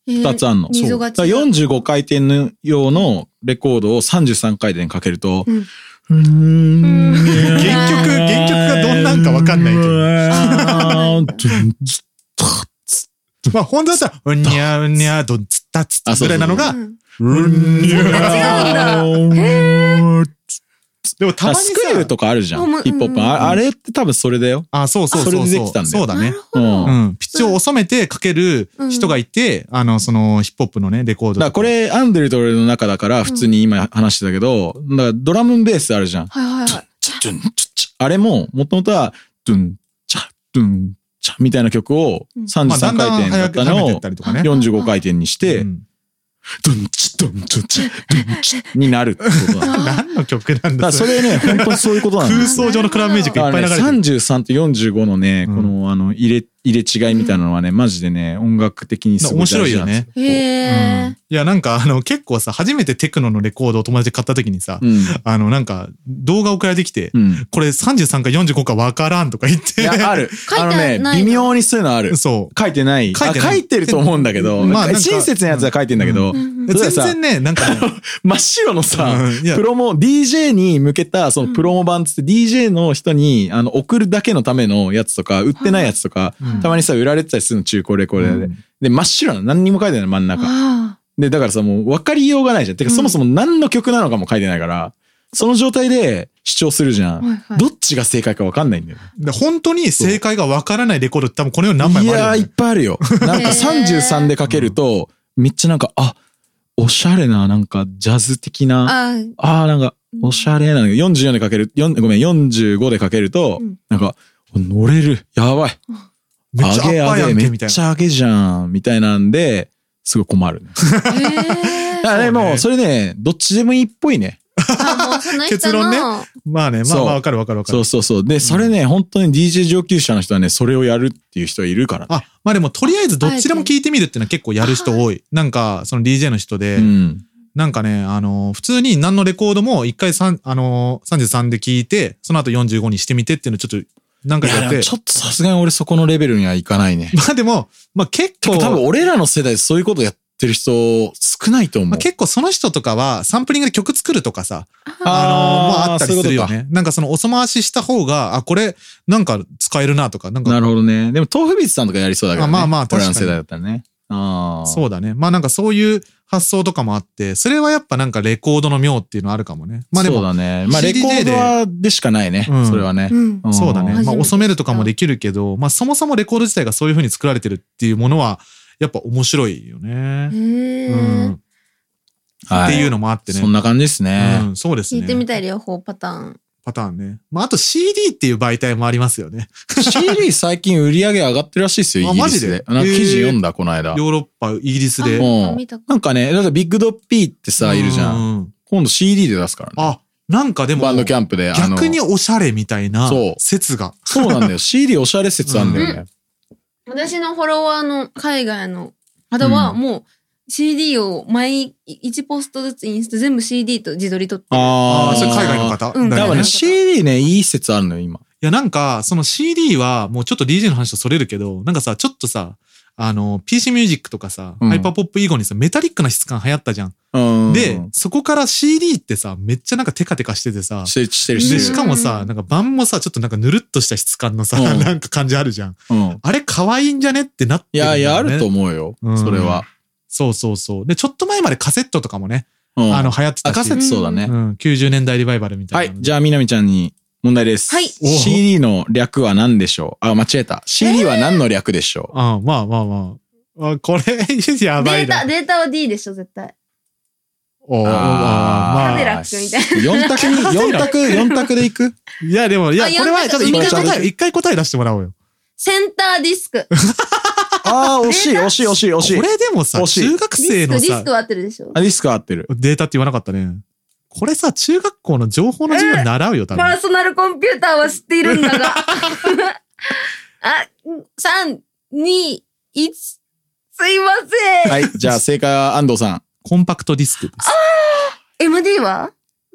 S3: う。
S2: へえ
S3: 二つあんの。
S2: 溝が違う。
S3: だから45回転の用のレコードを33回転かけると、
S2: うん
S3: うーん
S2: うん
S1: 原曲原曲がどんなんかわかんないけど
S3: け
S1: まあ、本当だったら、うんにゃうんにゃ、どんつったつったぐらいなの
S2: う
S1: が、
S2: ん
S3: ど。うんにゃ
S2: 違
S3: ー
S1: でもたまに
S3: スクリュー
S1: さ、
S3: とかあるじゃ
S2: うんうん
S3: ん。ヒップホップ。ああれって多分それだよ。
S1: あ、そうそうそうそう。
S3: それでできたんだ
S1: そ
S3: よ
S1: うだね
S2: な。るほど。
S3: う
S1: うんん。ピッチを収めてかける人がいて、あの、その、ヒップホップのね、レコードと
S3: だからこ、れ、アンドレと俺の中だから、普通に今話してたけど、だからドラムベースあるじゃん。
S2: はいはいはい。
S3: ドゥンチャチャあれも、もともとは、ドゥンチャ、ドゥンチャみたいな曲を
S2: うん
S1: まあ、だ
S3: 33
S1: んだ
S3: 回
S1: ん
S3: 転だ
S1: 早
S3: っ
S1: く
S3: た
S1: 跳ね
S3: の
S1: てっ
S3: を
S1: たりとかね。
S3: 45回転にして
S1: う、ん
S3: ドゥンチドゥンチドゥンチドゥンチになるってこ とだ。だか
S1: 何の曲なんだ
S3: ら
S1: そ
S3: そ
S1: れ。
S3: れね、本当にそういうことなんだよ
S1: 空想上のクラブミュージック
S3: だ
S1: いっぱ
S3: か
S1: い
S3: ら
S1: 流
S3: ね、
S1: れてる。
S3: 33と45のね、
S1: うん
S3: この、あの、入れ、入れ違いみたいなのはね、マジでね、音楽的にすごい
S1: 面
S3: 大事
S1: 白
S3: なんで
S1: い
S3: す
S1: よね。。
S2: へ
S1: うん
S2: え。
S1: いや、なんか、あの、結構さ、初めてテクノのレコードを友達で買った時にさ、
S3: うん。
S1: あの、なんか、動画送られてきて、
S3: うん。
S1: これ33か45かわからんとか言って。
S3: いや、ある。
S2: いて
S3: あの
S2: ない
S3: ね
S2: の、
S3: 微妙にそういうのある。
S1: そ
S3: 書いてない。
S1: 書いてない
S3: あ書いてると思うんだけど、
S1: まあなんか
S3: 親切なやつは書いてんだけど、
S2: うんうん
S1: う。
S3: そ
S1: 全
S3: れさ
S1: 然ね、なんか ね、
S3: 真っ白のさ、
S1: うんいや
S3: プロモ、DJ に向けた、そのプロモ版っつって、DJ の人に、あの、送るだけのためのやつとか、売ってないやつとか、
S1: うん
S3: たまにさ、売られてたりするの、中古レコーダーで。
S1: うん
S3: で、真っ白なの、何にも書いてない、真ん中。
S2: あ
S3: で、だからさ、もう分かりようがないじゃん。てか、
S2: うん
S3: そもそも何の曲なのかも書いてないから、その状態で主張するじゃ
S2: あ。
S3: ん。
S2: はいはい。
S3: どっちが正解か分かんないんだよ。
S1: で本当に正解がわからないレコードって多分この世に何枚もあるよ、ね。
S3: いやー、いっぱいあるよ。なんか
S2: へー
S3: 33でかけると、めっちゃなんか、あ、おしゃれな、なんかジャズ的な、
S2: あー
S3: あーなんか、おしゃれな、44でかける、よんごめん、45でかけると
S2: うん、
S3: なんか、乗れる、やばい、
S1: めっちゃア
S3: 上げ
S1: ッパーや
S3: 上げ、
S1: んけ
S3: め
S1: みた
S3: っ
S1: い
S3: ちゃ上げじゃん、みたいなんで、すごい困るね。
S2: へえ。
S3: あで
S1: そう
S3: も、
S1: ね
S3: それね、どっちでもいいっぽいね。
S2: あもうその人
S1: 結論ね
S2: の。
S1: な。まあね、まあ
S3: そう
S1: まあわかるわかるわか
S3: そ
S1: る
S3: う。そうそう。で、それね、本当に DJ 上級者の人はね、それをやるっていう人いるからね。
S1: あ、まあでもとりあえずどっちでも聞いてみるっていうのは結構やる人多い。なんか、その DJ の人で、
S3: うん。
S1: なんかね、あの、普通に何のレコードも一回三あの、33で聞いて、その後45にしてみてっていうのをちょっと何
S3: い
S1: 回かや
S3: や
S1: って
S3: でも。ちょっとさすがに俺そこのレベルにはいかないね。
S1: まあでも、まあ結
S3: 結構
S1: 構、
S3: 多分俺らの世代でそういうことやってる人少ないと思う。
S1: まあ、結構その人とかはサンプリングで曲作るとかさ、
S3: ー
S1: あの、まああったりするよ。ね。なんかそのおそ回しした方が、あ、これなんか使えるなとか、なん
S3: そういうことか
S1: か、
S3: なるほどね。でも豆腐ビーツさんとかやりそうだけどね。
S1: あまあまあ確かに
S3: 俺らの世代だったらね。ああ。
S1: そうだね。まあなんかそういう発想とかもあって、それはやっぱなんかレコードの妙っていうのはあるかもね。まあで
S3: そう
S1: も、
S3: だね。まあレコ
S1: CDJ で
S3: ードはでしかないね。
S1: うん
S3: それはね。
S2: うん。
S3: ん
S1: そうだね。
S2: 初
S1: まあ、
S2: めて
S1: 収めるとかもできるけど、まあ、そもそもレコード自体がそういう風に作られてるっていうものは、やっぱ面白いよね。
S2: へ
S1: うん。
S2: え
S1: っ。
S3: は
S1: ていうのもあってね。
S3: そんな感じですね。
S1: うん、そうです
S2: 聞いてみ
S1: ね。
S2: たい両方パターン。
S1: パターンね。まあ、あと CD っていう媒体もありますよね。
S3: CD 最近売り上げ上がってるらしいですよ、
S1: あ
S3: イギリ
S1: マ
S3: スで
S1: ジで。
S3: なんか記事読んだ、この間。
S1: ヨーロッパ、イギリスで。
S3: うん
S2: あ見たか
S3: なんかね、だってビッグドッピーってさ、いるじゃ。
S1: うんん。
S3: 今度 CD で出すからね。
S1: あ、なんかでも
S3: バ、ンドキャンプで。あの
S1: 逆におしゃれみたいな
S3: そう
S1: 説が。
S3: そうなんだよ。CD おしゃれ説あんだよね。
S2: 私のフォロワーの海外の方は
S3: うん
S2: もう CD を毎1ポストずつインスタ全部 CD と自撮り撮ってる。
S1: ああ、
S3: ああ、
S1: それ海外の方。
S2: うん
S1: だ
S3: だ
S1: よ
S3: か
S1: ね
S2: 多分
S3: らね、CD ね、いい説あるのよ、今。
S1: いや、なんか、その CD は、もうちょっと DJ の話とそれるけど、なんかさ、ちょっとさ、あの、PC ミュージックとかさ、
S3: うん
S1: ハイパーポップ以後にさ、メタリックな質感流行ったじゃん。
S3: うん
S1: で、そこから CD ってさ、めっちゃなんかテカテカしててさ、
S3: してるしてる
S1: で、
S3: して
S1: し
S3: る。
S1: かもさ、なんか盤もさ、ちょっとなんかぬるっとした質感のさ、
S3: うん
S1: なんか感じあるじゃん。
S3: うん。
S1: あれ可愛いんじゃねってなって
S3: い
S1: るんだよ
S3: や、
S1: ね
S3: いや、あると思うよ
S1: う。ん
S3: それは。
S1: そうそうそう。で、ちょっと前までカセットとかもね、
S3: うん
S1: あの、、流行ってたし。
S3: 赤瀬そうだね
S1: う。ん、90年代リバイバルみた
S3: はいい
S1: な。。
S3: じゃあ、みなみちゃんに問題です。
S2: はい
S1: お
S3: CD の略は何でしょうあ、間違えた。CD は何の略でしょ
S1: あ、うん、まあまあまあ。あこれ、やば
S2: デ
S1: い
S2: ータ、
S1: な。
S2: データは D でしょ、絶対。
S1: おー
S3: あー
S1: まあ
S2: カメラ君みたい
S3: 四択に、四択、四択でいく
S1: いや、でも、いや、
S2: あ
S1: これは、
S2: やんなき
S1: ち
S2: ゃ
S1: ょっと一回
S3: いい
S1: 答
S3: か
S1: え、一回答え出してもらおうよ。
S2: センターディスク。
S3: ああ、惜しい、惜しい、惜しい、惜しい
S1: こ。れでもさ、
S3: 惜しい
S1: 中学
S2: デ
S1: 生
S2: ィス
S1: の
S2: ク、ディス
S1: さ
S2: ク、は合ってるでしょ
S3: あ、ディスク合ってる。
S1: データって言わなかったね。これさ、中学校の情報の授業に習うよ、多
S2: パ
S1: 分
S2: ー。ソナルコンピューターは知っているんだ が。あ、3、2、1。すいません。
S3: はい、じゃあ正解は安 藤さん。
S1: コンパクトディスクです。
S2: MD は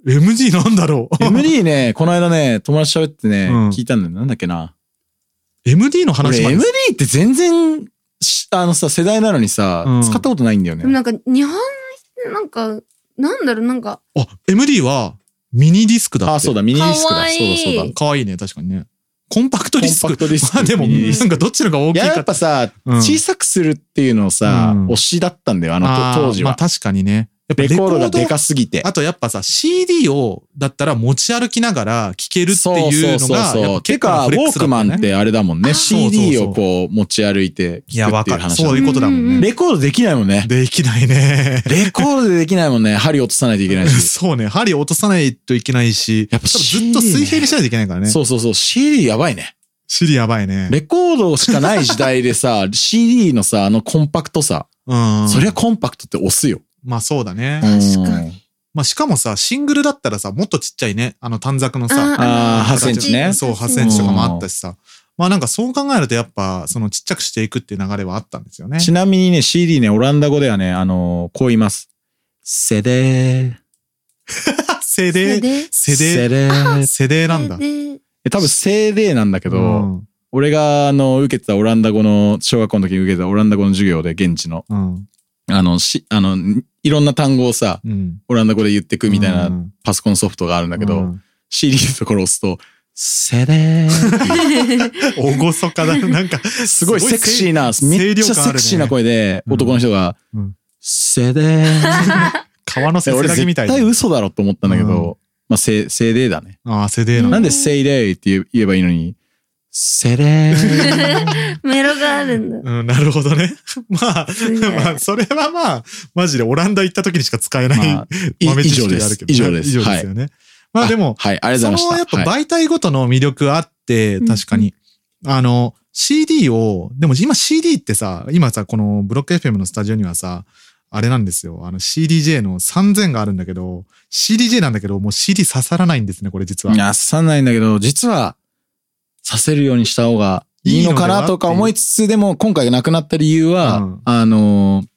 S1: MG なんだろう
S3: MD ね、この間ね、友達と喋ってね、
S1: うん
S3: 聞いたんだよ。なんだっけな。
S1: MD の
S3: 俺
S1: 話まで
S3: MD って全然、しあのさ、世代なのにさ、
S1: うん
S3: 使ったことないんだよ
S2: でも
S3: ね。
S2: なんか日本の人、なんか、なんだろう、なんか、
S1: あ、MD はミニディスクだって。
S3: あ、そうだ、ミニディスク
S2: か
S3: だ。
S2: わい
S3: そう
S2: い
S3: だ、そうだ。
S1: かわいいね、確かにね。コンパクト
S3: コ
S1: ディ
S3: ン
S1: ス
S3: パ
S1: ク
S3: ク。トディス
S1: まあ
S3: ク。
S1: でも、
S3: ミニディ
S1: な
S3: ス
S1: ん
S3: ク
S1: かどっちのが大
S3: い
S1: きい
S3: や、や
S1: か
S3: っぱさ、
S1: うん
S3: 小さくするっていうのをさ、
S1: うん
S3: 推しだったんだよ、あの
S1: あー
S3: 当時
S1: ま
S3: は
S1: あ。確かにね。やっぱ
S3: レコードがで
S1: レコ
S3: かすぎて。
S1: あとやっぱさ、CD を、だったら持ち歩きながら聴けるっていうのが、やっぱ
S3: て
S1: 結構
S3: か、
S1: な
S3: ウ
S1: フレッ
S3: ォ
S1: ク
S3: ー
S1: スだ
S3: ク
S1: ったよ
S3: マ
S1: ね
S3: ンってあれだもん
S2: あ
S3: ね。
S2: ー
S3: CD
S1: そうそうそう
S3: をこう持ち歩いて
S1: い
S3: 聞
S1: や、
S3: くっ
S1: わ
S3: てい
S1: か
S3: う
S1: る。
S3: 話だ
S1: そう
S3: ね
S1: いうことだもん
S2: うん
S1: ね。
S3: レコードできないもんね。
S1: できないね。
S3: レコードでできないもんね。針落とさないといけない し。
S1: そうね。針落とさないといけないし、
S3: やっぱ
S1: 多分ずっと水平にしないといけないからね。
S3: そうそうそう。CD やばいね。
S1: シリやばいね。
S3: レコードしかない時代でさ、CD のさ、あのコンパクトさ。
S1: うん。
S3: そりゃコンパクトって押すよ。
S1: まあそうだね。
S2: 確か
S3: に。
S1: まあしかもさ、シングルだったらさ、もっとちっちゃいね。あの短冊のさ、
S3: あー
S1: 8
S3: 8センチね
S1: そう、8センチとかもあったしさ。まあなんかそう考えるとやっぱ、そのちっちゃくしていくっていう流れはあったんですよね。
S3: ちなみにね、CD ね、オランダ語ではね、あのーこう言います。セデー。
S1: セデ
S2: で、
S1: ー。
S2: で、
S1: セ
S3: セ
S1: デ
S3: デ
S1: ー。
S3: ー。
S1: セデーなんだ。
S2: で、
S3: え多分セデーなんだけど、
S1: うん
S3: 俺が、あの、受けてたオランダ語の、小学校の時に受けてたオランダ語の授業で、現地の、
S1: うん。
S3: あの、し、あの、いろんな単語をさ、
S1: うん。
S3: オランダ語で言ってくみたいうなんパソコンソフトがあるんだけど、
S1: うん
S3: CD のところを押すと、セデ ー。
S1: おごそ かだ。なんか、
S3: すごいセクシーな、
S1: すごい
S3: めっち
S1: 清涼
S3: ゃ
S1: 感あ
S3: セ
S1: るね
S3: クシーな声で、
S1: うん
S3: 男の人が
S1: うん、
S3: セデ ー。
S1: 川のせ
S3: え
S1: せ
S3: 俺
S1: らぎみ
S3: 絶
S1: たいな。
S3: 対嘘だろと思ったんだけど、まあ、セ、セデーだね。
S1: ああ、セデーなんだ
S3: なんでセイデーって言え言えばいいのに、セ デ ー。
S2: メロがあるんだ。
S1: うん、なるほどね。 まあ、
S2: すげえ
S1: まあ、それはまあ、マジでオランダ行った時にしか使えない、
S3: まあ、い
S1: 豆
S3: 以
S1: 知
S3: 上
S1: 識
S3: で
S1: がある
S3: す
S1: け。ど
S3: 以
S1: ね、
S3: 上です。
S1: 以上
S3: は
S1: です
S3: い。
S1: よね。まあでも、
S3: はい、ありが
S1: そ
S3: とうございま
S1: の
S3: した。
S1: やっぱ
S3: はい
S1: 媒体ごとの魅力あって、
S2: うん
S1: 確かに。あの、CD を、でも今 CD ってさ、今さ、このブロック FM のスタジオにはさ、あれなんですよ。あの CDJ の3000があるんだけど、CDJ なんだけど、もう CD 刺さらないんですね、これ実は。
S3: いや、刺さないんだけど、実は、させるようにした方がいいのかなとか思いつつ、でも今回なくなった理由は、
S1: うん
S3: あのー、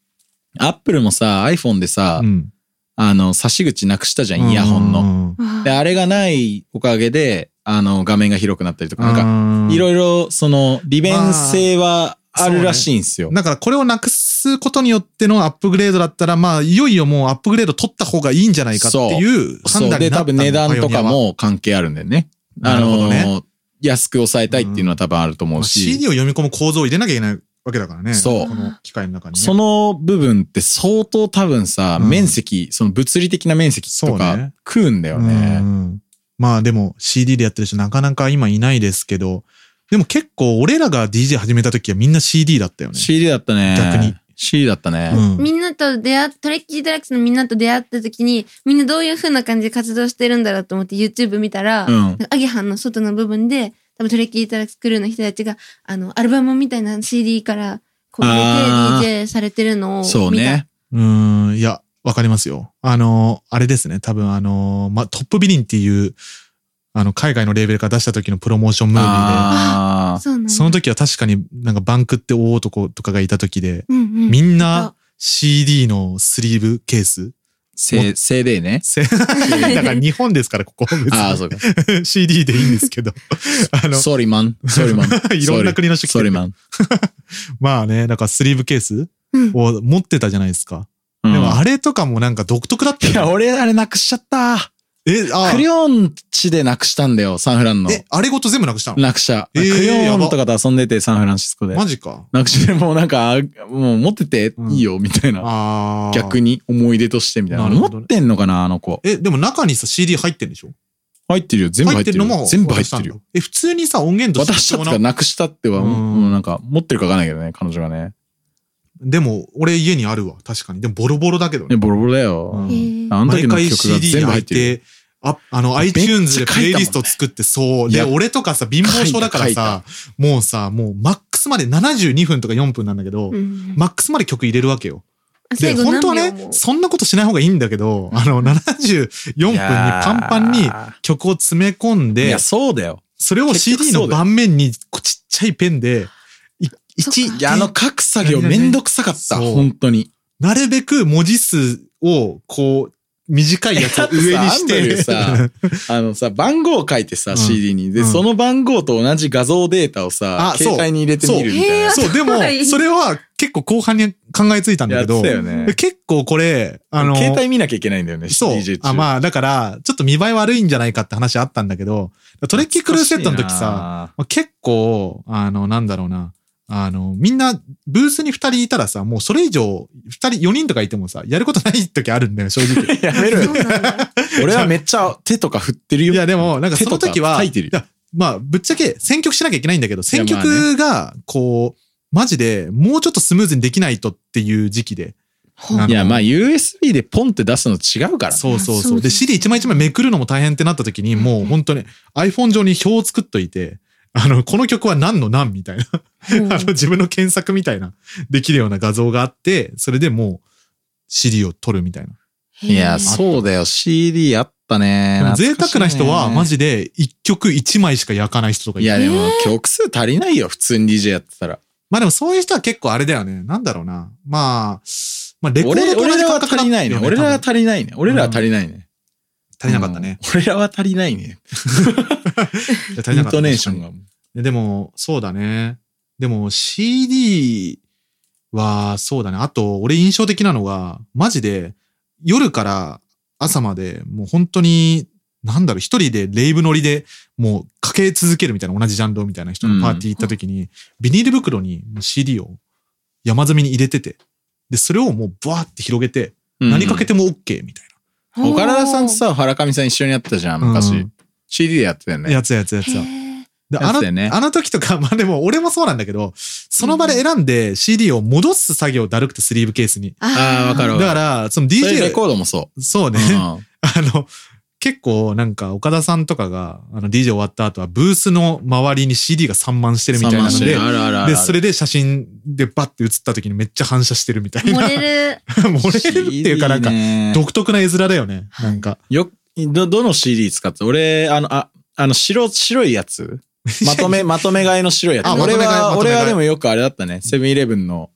S3: アップルもさ、iPhone でさ、
S1: うん。
S3: あの、差し口なくしたじゃん、イヤホンの。
S1: の。
S3: で、あれがないおかげで、あの、画面が広くなったりとか、なんか、
S1: か
S3: いろいろ、その、利便性はあるらしいんですよ。
S1: だからこれをなくすことによってのアップグレードだったら、まあ、いよいよもうアップグレード取った方がいいんじゃないかっていう
S3: そ
S1: 判
S3: う。
S1: 断に
S3: で、
S1: な
S3: 多
S1: った
S3: 分
S1: んだ
S3: 値段とか。
S1: パイオニアは
S3: も関係あるんだよね。
S1: なるほどね
S3: あのー安く抑えたいっていうのは多分あると思
S1: まあ
S3: うし。
S1: CD を読み込む構造を入れなきゃいけないわけだからね。
S3: そう
S1: この機械の中にね。
S3: その部分って相当多分さ、
S1: うん
S3: 面積、その物理的な面積
S1: そ
S3: と
S1: う
S3: か
S1: ね
S3: 食うんだよね。
S1: うんまあでも CD でやってる人なかなか今いないですけど、でも結構俺らが DJ 始めた時はみんな CD だったよね。
S3: CD だったね。
S1: 逆に。
S3: CD だったね。
S1: うん
S2: みんなと出会っトレッキーデラックスのみんなと出会った時に、みんなどういう風な感じで活動してるんだろうと思って YouTube 見たら、
S3: うん
S2: アゲハンの外の部分で、多分トレッキーデラックスクルーの人たちが、あの、アルバムみたいな CD から、こう
S3: あー
S2: 入れて DJ されてるのを見た。
S3: そうね。
S1: うーん、いや、わかりますよ。あの、あれですね。多分あの、ま、トップビリンっていう、あの、海外のレーベルから出した時のプロモーションムービー
S3: あ
S2: そうなん
S1: で、
S2: だ
S1: その時は確かになんかバンクって大男とかがいた時で、
S2: うんうん、
S1: みんな CD のスリーブケース。
S3: せ、せいでね。
S1: せだ から日本ですから、ここ。別に
S3: ああ、そうか。
S1: CD でいいんです けど。あの、
S3: ソーリーマン。ソーリーマン。
S1: いろんな国の人来
S3: ソ
S1: て
S3: ーリ
S1: る
S3: ーマン。
S1: まあね、なんかスリーブケース
S2: うん
S1: を持ってたじゃないですか。
S3: うん
S1: でもあれとかもなんか独特だった
S3: いや、
S1: よ、
S3: 俺あれなくしちゃった。
S1: ね。え、あ
S3: クリオン地でなくしたんだよ、サンフランの。
S1: え、あれごと全部なくしたの
S3: なくした。
S1: え
S3: ク
S1: ー
S3: リオンとかと遊んでて、サンフランシスコで。
S1: マジか。
S3: なくして、もうなんか、あもう持ってていいよ、みたいな。
S1: ああ。
S3: 逆。に思い出としてみたいな。
S1: なるほど
S3: 持
S1: ね
S3: ってんのかな、あの子。
S1: え、でも中にさ CD 入ってるんでしょ
S3: 入ってるよ。全部入ってる
S1: のも
S3: よ。全部入っ
S1: 渡
S3: てるよ。
S1: したんだ。え、普通にさ、音源として
S3: 渡したとかなくしたっては、
S1: うん
S3: もうなんか持ってるかわかんないけどね、彼女がね。
S1: でも、俺家にあるわ。確かに。でもボロボロだけど
S3: ね、
S1: ね。
S3: ボロボロだ
S1: う
S3: よ
S1: ん。
S2: へー
S3: あの時
S1: 毎
S3: の
S1: 回
S3: 曲が
S1: CD
S3: 全
S1: 焼
S3: 部入っ
S1: い
S3: てる。
S1: て、あ、あの、iTunes でプレイリスト作って、そう。
S3: い
S1: で、
S3: や
S1: 俺とかさ、貧乏症だからさ、もうさ、もうマックスまで72分とか4分なんだけど、
S2: うん
S1: マックスまで曲入れるわけよ。
S2: あ
S1: で、
S2: 最後
S1: 本
S2: 何
S1: 当
S2: 秒
S1: はね、
S2: も
S1: そんなことしない方がいいんだけど、あの、74分にパンパン
S3: い
S1: に
S3: や
S1: 曲を詰め込ん
S3: ーい
S1: で
S3: や、、そうだよ。
S1: それを
S3: 結局
S1: CD
S3: そ
S1: の
S3: うだよ
S1: 盤面にこうちっちゃいペンで、い
S2: そっか
S1: 一
S3: いや、あの書く作業めんどくさかった。
S1: そう
S3: 本当に。
S1: なるべく文字数を、こう、短いや つを上にし
S3: えだって
S1: て。
S3: さアンドリュあのさ、番号を書いてさ、
S1: うん
S3: CD に。で、
S1: うん
S3: その番号と同じ画像データをさ
S1: あ、そう
S3: 携帯に入れてみるみ たいな。
S1: そう、でも
S2: は、い
S1: それは結構後半に考えついたんだ
S3: や
S1: け
S3: って
S1: ど
S3: た、よね。
S1: 結構これ、あの、
S3: 携帯見なきゃいけないんだよね、
S1: そう
S3: DJ。中。
S1: あまあ、だから、ちょっと見栄え悪いんじゃないかって話あったんだけど、トレッキークルーセットの時さ、まあ結構、あの、なんだろうな。あの、みんな、ブースに二人いたらさ、もうそれ以上、二人、四人とかいてもさ、やることない時あるんだよ、正直。
S3: 懐かしいな ー。やめろ
S2: そう
S3: よ。
S2: なんだ
S3: 俺はめっちゃ手とか振ってるよ。
S1: いや、でも、なんかその時は、
S3: 手とか書いてるよ
S1: いやまあ、ぶっちゃけ選曲しなきゃいけないんだけど、選
S3: いやまあ
S1: 曲が、こう、マジで、もうちょっとスムーズにできないとっていう時期で。
S2: ほう
S1: あの
S3: いや、まあ USB でポンって出すの違うからね。
S1: そうそう
S2: あそう
S1: そう。で、
S2: です
S1: CD 一枚一枚めくるのも大変ってなった時に、もう本当に iPhone 上に表を作っといて、あの、この曲は何の何みたいな。
S2: ほう
S1: あの、自分の検索みたいな、できるような画像があって、それでもう、CD を撮るみ たいな。
S2: へー
S3: いや、そうだよ。CD あったね
S1: で。も贅沢な人は、マ
S3: ジ
S1: ジで、一曲一枚しか焼かない人とかい
S3: い
S1: る。
S3: や、でも
S2: え
S3: 曲数足りないよ。普通に DJ やってたら。
S1: まあでもそういう人は結構あれだよね。なんだろうな。まあ、まあ、レコード
S3: 俺
S1: と同
S3: 俺
S1: じ
S3: らは
S1: 感覚
S3: 足
S1: だ
S3: りないね。俺らは
S1: 多分
S3: 足りないね。俺らは足りないね。
S1: 足りなかったね。
S3: うん。俺らは足りないね。
S1: いや足
S3: イ
S1: りなか
S3: ン
S1: った
S3: トネーションが。
S1: でも、そうだね。でも CD は、そうだね。あと、俺印象的なのが、マジで、夜から朝まで、もう本当に、なんだろう、一人でレイブ乗りで、もうかけ続けるみたいな、同じジャンルをみたいな人のパーティー行った時に、ビニール袋に CD を山積みに入れてて、で、それをもうブワーって広げて、何かけ
S3: て
S1: ても OK みたい
S2: ほう
S3: 岡田さんとさ、原上さん一緒にやってたじゃん、
S1: う
S3: 昔
S1: ん。
S3: CD でやってたよ
S1: な。
S3: ね。
S1: やつやつやつ
S2: へ
S1: や。
S2: ー
S1: であ
S3: やっ
S1: の、
S3: てたよね
S1: あの時とか、 まあでも俺もそうなんだけど、その場で選んで CD を戻す作業だるくてスリーブケースに。
S3: あーわか
S1: だ
S3: る
S1: から、その
S3: そういう
S1: DJ
S3: レ、コードもそ
S1: そう
S3: う。
S1: ね、 あ
S3: うん
S1: の、結構なんか岡田さんとかが、あの DJ 終わった後はブースの周りに CD が散漫してるみたいなの
S3: 散漫して
S1: で
S3: る、あるあるある。
S1: で、それで写真でバッて写った時にめっちゃ反射してるみたいな。
S2: 漏れる。
S1: 漏れるっていうかなんか、
S3: か
S1: 独特な絵面だよね。なんか。
S3: よ、ど、どの CD 使って俺、あの、あ、あの、白、白いや つまとめ、まとめ買いの白いやつ。
S1: あ
S3: 俺
S1: まと
S3: は、
S1: め買いまとめ
S3: 俺
S1: 買い
S3: はでもよくあれだったね。セブンイレブンの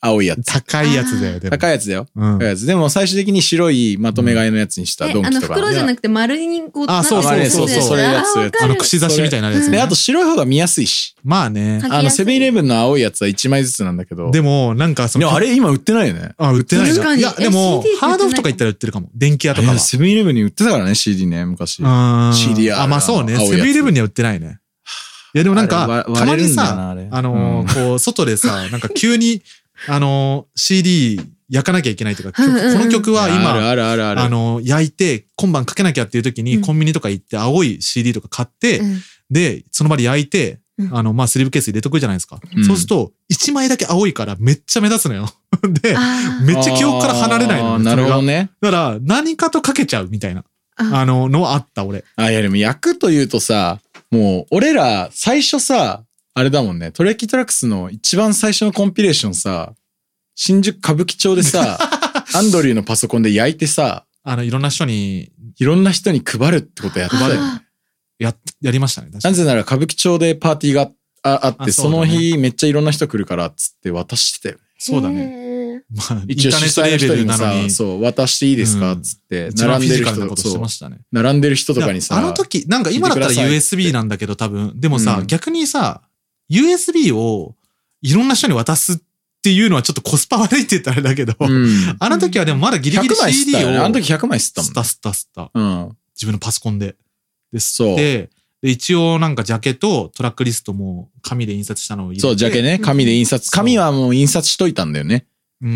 S3: 青いやつ。
S1: 高いやつだよ、でも。
S3: 高いやつだよ。
S1: うん
S3: 高いやつ。でも最終的に白いまとめ買いのやつにした、
S2: え
S3: ドン
S2: あ
S3: キ
S2: の
S3: とかの。
S2: 袋じゃなくて丸にこう
S1: あそう
S3: そうそうそうそれやつ
S1: あ
S2: あ
S1: の、
S2: の
S1: 串刺しみたいになるやつ
S3: で、あ
S1: ね。
S3: と白い方が見やすいし。
S1: まあね。
S2: はい
S3: あの、セブンイレブンの青いやつは1枚ずつなんだけど。
S1: でも、なんかそ
S3: い
S1: の、
S3: や、あれ今売ってないよね。
S1: あ、売ってない
S2: 確か
S1: な。
S2: に
S1: いや、でも
S2: CD って売ってない、かも
S1: ハードオフとか行ったら売ってるかも。電気屋
S3: あ
S1: とかは
S3: れ。セブンイレブンに売ってたからね、CD ね、昔。
S1: あ
S3: CDR
S1: あ、まあそうね。
S3: 青いや
S1: セ
S3: つ
S1: ブンイレブンには売ってないね。いや、でもなん
S3: あれ
S1: か
S3: わ、
S1: たま
S3: 割れ
S1: に
S3: るんだよな
S1: さ
S3: あれ、
S1: あのー、こう、外でさ、なんか急に、あのー、CD 焼かなきゃいけないとか、曲
S2: うんうんうん
S1: この曲は
S3: ある
S1: 今、
S3: あるあるある。
S1: あのー、焼いて、今晩かけなきゃっていう時
S2: う
S1: に、
S2: ん
S1: コンビニとか行って、青い CD とか買って、で、その場で焼いて
S2: う、ん
S1: あの、まあ、スリーブケース入れとくじゃないですか。
S3: うん
S1: そうすると、1枚だけ青いからめっちゃ目立つのよ。 で、めっちゃ記憶から離れないの
S3: あ
S1: ね
S3: ーなる
S1: そ
S3: ほ
S1: れが
S3: どね。
S1: だから、何かとかけちゃうみたいな、
S2: あ
S1: あの、のはあった、俺。
S3: あ、いやでも焼くというとさ、もう俺ら最初さ、あれだもんね、トレキトラックスの一番最初のコンピレーションさ、新宿歌舞伎町 でさ、アンドリューのパソコンで焼いてさ、
S1: あの、いろんな人に
S3: いろんな人に配るってことやってたよね。
S2: あ
S1: や、やりましたね。確か
S3: な
S1: に
S3: ぜなら歌舞伎町でパーティーがああって
S1: あ
S3: そ,、
S1: そうだ
S3: の
S1: ね
S3: 日めっちゃいろんな人来るからっつって渡してたよね。
S1: そうだね。
S2: ね。
S1: まあ、イン
S3: 一
S1: タ
S3: 応
S1: ーネ
S3: 主
S1: ットレーベル
S3: 催の人にも
S1: なの
S3: さ、
S1: に、
S3: そう、渡していいですか
S1: う
S3: っ
S1: ん
S3: つって、
S1: 一番フィ
S3: 並んで
S1: ジ
S3: る
S1: カルな
S3: 人
S1: ことし
S3: そ
S1: て
S3: う
S1: ましたね。
S3: 並んでる人とかに
S1: あ
S3: さ、
S1: の時、なんか今だったら
S3: 聞いてくださいって
S1: USB なんだけど、多分。でもさ、
S3: うん
S1: 逆にさ、USB をいろんな人に渡すっていうのはちょっとコスパ悪いって言ったらあれだけど、
S3: うん、
S1: あの時はでもまだギリギリ
S3: 100枚吸っ
S1: CD
S3: た
S1: を、
S3: よね。あの時100枚吸ったもん
S1: スタスタスタ、
S3: うん。
S1: 自分のパソコンで。で、
S3: そう
S1: で、で一応なんかジャケとトラックリストも紙で印刷したのを入れて。
S3: そう、ジャケね。紙で印刷。紙はもう印刷しといたんだよね。
S1: うん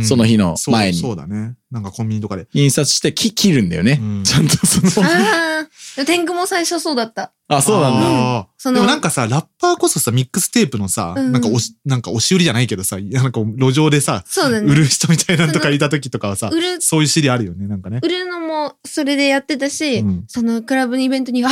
S3: その日の前に
S1: そうそうだね。なんかコンビニとかで。
S3: 印刷してき切るんだよね。
S1: うん
S3: ちゃんとその、
S2: ああ、天狗も最初そうだった。
S3: あ、そうなんだ。
S1: だ。
S2: そ
S1: で
S2: の
S1: もなんかさ、ラッパーこそさ、ミックステープのさ、
S2: うん
S1: なんか押し、なんか押し売りじゃないけどさ、なんかこう路上でさ、
S2: そうだ
S1: 売
S2: ね。
S1: る人みたいなのとかいた時とかはさ、
S2: 売る、
S1: そういう知りあるよね、なんかね。
S2: 売るのもそれでやってたし、
S1: うん
S2: そのクラブのイベントに、あ、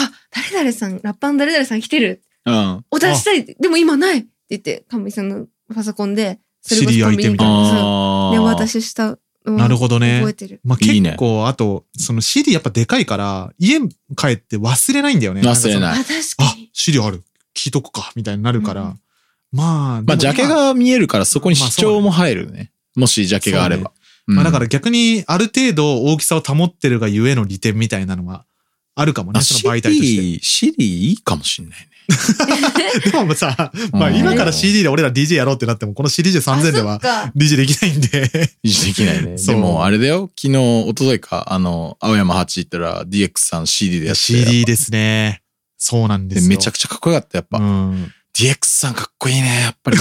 S2: 誰々さん、ラッパーの誰々さん来てる。
S3: うん。
S2: お出したい。でも今ないって言って、神さんのパソコンで、それこそ
S1: 知り合い手みたいな
S2: コンビニ行っ
S3: あ
S2: た
S3: ー
S2: で、お渡ししたのを
S1: なるほどね
S2: 覚えてる。
S1: まあ、
S3: いいね
S1: 結構、あと、その CD やっぱでかいから、家帰って忘れないんだよね。
S3: 忘れ
S1: んか
S3: ない
S2: あ、確
S1: その。
S2: か
S1: あ
S2: に。、
S1: CD ある。聞いとくか、みたいになるから。
S2: うん
S1: まあ、
S3: まあ、ジ
S1: で
S3: ャ
S1: も
S3: ケが見えるから、そこに主張も入るね。もし、ジャケがあれば。うん
S1: まあだから逆にある程度大きさを保ってるがゆえの利点みたいなのはあるかもね、
S3: あ
S1: その媒体とし
S3: CD、CD いいかもしんないね。
S1: て。でもさ、
S3: うん
S1: まあ今から CD で俺ら DJ やろうってなっても、この CD3000 では
S2: あそっか
S1: DJ できないんで。
S3: 維持できないね。
S1: そ
S3: で
S1: う
S3: も、あれだよ。昨日、一昨日か、あの、青山八行ったら DX さん CD でやって。
S1: CD ですね。そうなんで
S3: です
S1: よ。
S3: めちゃくちゃかっこよかった、やっぱ。
S1: うん
S3: DX さんかっこいいね、やっぱ り。い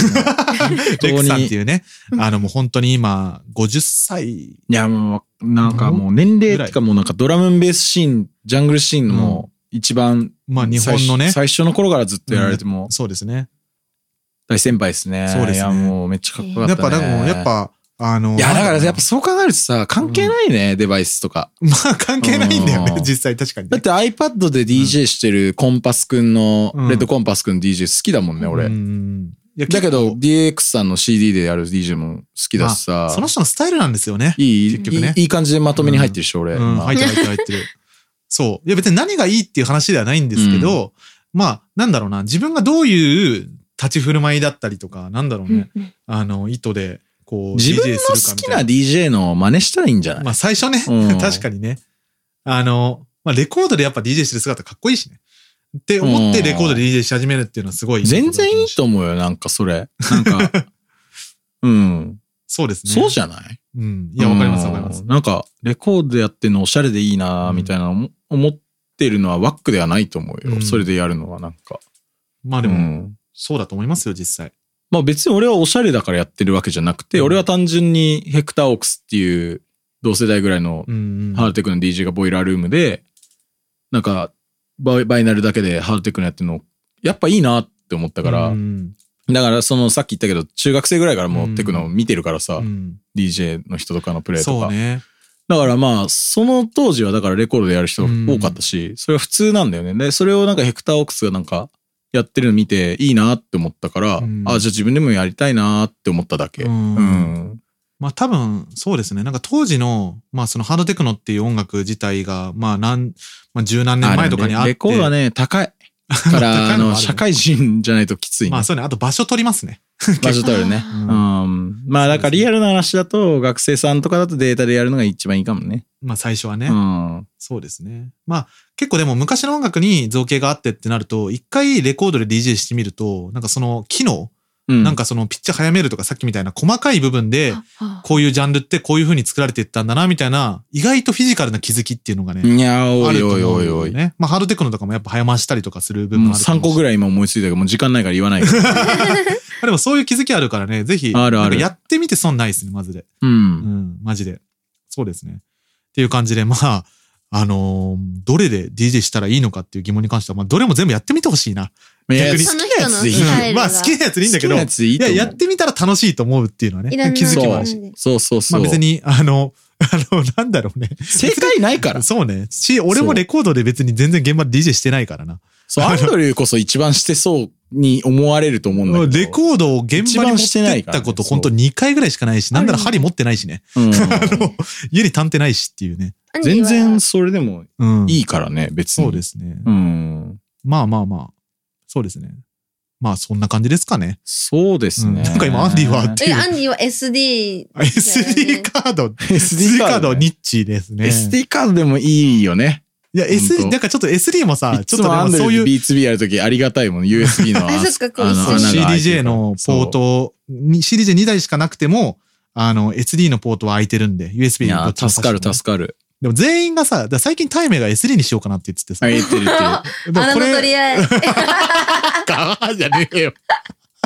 S3: 当
S1: レ
S3: に
S1: ックさんっていうね、あのもう本当に今、50歳、
S3: や、もう、なんかもう年齢っていうかもうなんかドラムンベースシーン、ジャングルシーンのもう一番、
S1: まあ日本のね、
S3: 最初最初の頃からずっとやられても、
S1: そうですね。
S3: 大先輩ですね。
S1: そうですね
S3: いや、もうめっちゃかっこよか
S1: や
S3: っ
S1: っぱ、
S3: た、
S1: だ
S3: ね。
S1: からもうやっ。ぱ、あの、
S3: いや、だからやっ
S1: ぱ
S3: ぱ、そう考えるとさ、関係ないね、デバイスとか。
S1: まあ関係ないんだよ
S3: う
S1: ね、
S3: ん
S1: 実際確かにね。
S3: だって iPad で DJ してるコンパスくんの、
S1: うん
S3: レッドコンパスくんの DJ 好きだもんね、俺。
S1: うんいや
S3: だけど
S1: 結
S3: DX さんの CD でやる DJ も好きだしさ
S1: 構、その人のスタイルなんですよね。
S3: いい、
S1: 結局ね
S3: いいいい感じでまとめに入ってるでしょ、俺。
S1: うん、
S3: 今
S1: 入ってる入ってる入ってる。そう。いや別に何がいいっていう話ではないんですけど、まあ、なんだろうな、自分がどういう立ち振る舞いだったりとか、なんだろうね、
S2: うん
S1: あの、意図で、こう、
S3: 自分
S1: DJ
S3: の
S1: するか
S3: 好
S1: み
S3: き
S1: た
S3: ない DJ の真似したらいいんじゃな
S1: な。
S3: い、
S1: まあ最初ね、
S3: う ん
S1: 確かにね。あの、まあレコードでやっぱ DJ してる姿かっこいいしね。って思って
S3: うん
S1: レコードで DJ し始めるっていうのはすごい
S3: 全然いい
S1: 人
S3: と思うよ、なんかそれ。なんか、 うん。
S1: そうですね。
S3: そうじゃない
S1: ゃん。うん。いや、わかりますわかります
S3: うん。なんか、レコードやってんのおしゃれでいいなみたいなのも思ってるのはワックではないと思うよ。
S1: うん
S3: それでやるのはなんか。
S1: まあで
S3: う
S1: も、
S3: ん
S1: そうだと思いますよ、実際。
S3: まあ別に俺はおしゃれだからやってるわけじゃなくて、
S1: うん
S3: 俺は単純にヘクターオークスっていう同世代ぐらいの
S1: うんうん。
S3: ハードテクの DJ がボイラールームで、なんかバイバイナルだけでハードテクのやってるの、やっぱいいなって思ったから、
S1: うん
S3: だからそのさっき言ったけど中学生ぐらいからもうテクノを見てるからさ、
S1: うん、
S3: DJ の人とかのプレイと
S1: そ
S3: か。
S1: うね。
S3: だからまあその当時はだからレコードでやる人が多かったし、それは普通なんだよね。で、それをなんかヘクターオークスがなんかやってるの見ていいなって思ったから、
S1: うん
S3: あ、じゃあ自分でもやりたいなって思っただけ。
S1: うん
S3: うん
S1: まあ多分そうですね。なんか当時の、まあそのハードテクノっていう音楽自体が、まあ何、まあ十何年前とかにあって。
S3: れねレコードはね、高 い。
S1: 高い
S3: か
S1: のもあ
S3: ら、
S1: る
S3: あの、社会人じゃないときついね。
S1: まあそうね。あと場所取りますね。
S3: 場所取るね。
S2: あ
S1: う
S3: うんん。まあ、だからリアルな話だと、学生さんとかだとデータでやるのが一番いいかもね。
S1: まあ最初はね、
S3: うん。
S1: そうですね。まあ結構でも昔の音楽に造形があってってなると、一回レコードで DJ してみると、なんかその機能、
S3: な
S1: なん、かそのピッチ早めるとかさっきみたいな細かい部分で
S2: ー、あ
S1: こういうジャンルってこういう風に作られていったんだな、みたいな、意外とフィジカルな気づきっていうのがね、
S3: いや、お
S1: ある
S3: い
S1: と思
S3: お
S1: う
S3: いおい
S1: ん
S3: お
S1: だ
S3: い。
S1: よね。まあ、ハードテクノとかもやっぱ早回したりとかする部分
S3: もう
S1: もあると思
S3: 3
S1: うし
S3: 個ぐらい今思いついたけど、もう時間ないから言わな いけど。
S1: あでもそういう気づきあるからね、ぜひ、
S3: あるある
S1: なんかやってみて損ないですね、マジで。う
S3: う。
S1: んん、マジで。そうですね。っていう感じで、まあ、あのーどれで DJ したらいいのかっていう疑問に関しては、まあ、どれも全部やってみてほしいな。
S3: いや
S1: 逆に
S2: そ
S1: 好
S2: の
S1: きなや
S2: 人の
S1: つ
S2: ス
S1: でいい。
S2: タ
S1: うん
S2: イル
S1: ま
S2: が
S1: あ、好きなやつでいいんだけど、
S3: 好きなやついい
S1: い
S3: と
S1: や、
S3: 思う
S1: やってみたら楽しいと思うっていうのはね
S2: いら、ない
S1: 気づきもあ
S3: そ
S1: る
S3: う
S1: し。
S3: そうそうそ
S1: まあ、
S3: う。
S1: 別に、あの、 あの、なんだろうね。
S3: 正解ないから。
S1: そうね。し、俺もレコードで別に全然現場で DJ してないからな。
S3: そう、アンドリューこそ一番してそうに思われると思うんだけど。
S1: レコードを現場に持ってったこと
S3: 一番してないからね
S1: 本当2回ぐらいしかないし、なんなら
S2: うん
S1: 針持ってないしね。
S3: うん
S1: 家に探偵ないしっていうね。
S2: アンディ
S3: 全
S2: は
S3: 然それでも
S1: うん。
S3: いいからね、別に。。
S1: そうですすね。
S3: うん。
S1: まあまあまあ。そうですね。まあそんな感じですかね。
S3: そうです
S1: う
S3: ね。
S1: んなんか今アンディはって
S2: え、アンディは SD。
S1: あ SD カード、SD
S3: SD
S1: カ
S3: カ
S1: ード
S3: ード
S1: は
S3: ね、
S1: ニッチですね。
S3: SD カードでもいいよね。
S1: いや、SD、
S3: 本当
S1: なんかちょっと SD もさ、
S3: い
S1: ち
S3: つ
S1: ょっと
S3: も
S1: で
S3: ア
S1: も
S3: ンド
S1: そう
S3: リュ
S1: いう
S3: ー B2B やるときありがたいもん、USB の。
S2: あそっかこう
S3: あ
S2: 一緒
S3: の
S2: に
S3: 穴が開いて
S1: CDJ
S3: るから
S1: のポートに、CDJ2 台しかなくても、あの、SD のポートは空いてるんで、
S3: そうい
S1: USB の
S3: や
S1: どっちも
S3: 助かる、助かる。
S1: でも全員がさ、だから最近タイメが SD にしようかなって言っててさ。
S3: あ、言ってる言ってる。
S1: でも
S2: 穴の取り合い。
S1: か、じゃねえよ。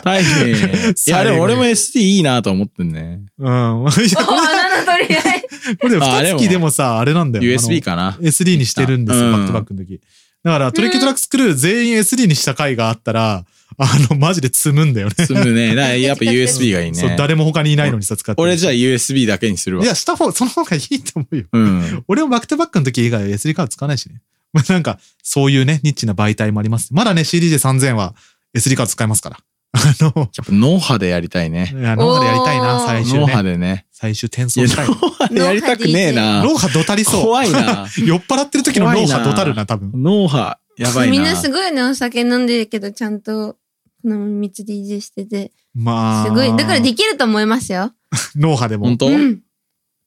S3: 大変。い や、
S1: 最後
S3: で
S1: に
S3: も俺も ST いいなと思ってんね。
S1: うん。 いや
S2: お花 の取り合い。
S1: これでも
S3: あ
S1: 二
S3: でも
S1: 月でもさ、あれなんだよ。
S3: USB かな
S1: あ。の SD にしてるんです
S3: う
S1: よ、
S3: ん
S1: バックトバックの時。だから、トレッキートラックスクルー全員 SD にした回があったら、 あの、マジで積むんだよね。
S3: 積むね。だからやっぱ USB がいい
S1: そう、
S3: ね。
S1: 誰も他にいないのにさ、使って。
S3: 俺じゃあ
S1: い
S3: USB だけにするわ。
S1: や、した方、その方がいいと思うよ。
S3: うん。
S1: 俺もバックトバックの時以外は SD カード使わないしね。 まあなんか、そういうね、ニッチな媒体もあります。まだね、CDJ3000 は SD カード使えますから。 あの、
S3: やっぱ脳波でやりたいね。
S1: いや脳波でやりたいな、
S2: おー
S1: 最終
S3: 脳波
S1: ね。
S3: でね。
S1: 最終転
S3: いや
S1: 送したい。
S3: 脳波でやりたくねえな。
S1: 脳波どたりそう。
S3: 怖いな。
S1: 酔っ払ってる時の脳
S3: 怖い
S1: 波
S3: な
S1: どたるな、多分。
S3: 脳波、やばいな。
S2: みんなすごいね、お酒飲んでるけど、ちゃんと、この道で維持してて。
S1: まあ。
S2: すごい。だからできると思いますよ。
S1: 脳波でも
S3: 本。当、
S2: う
S3: い
S2: ん。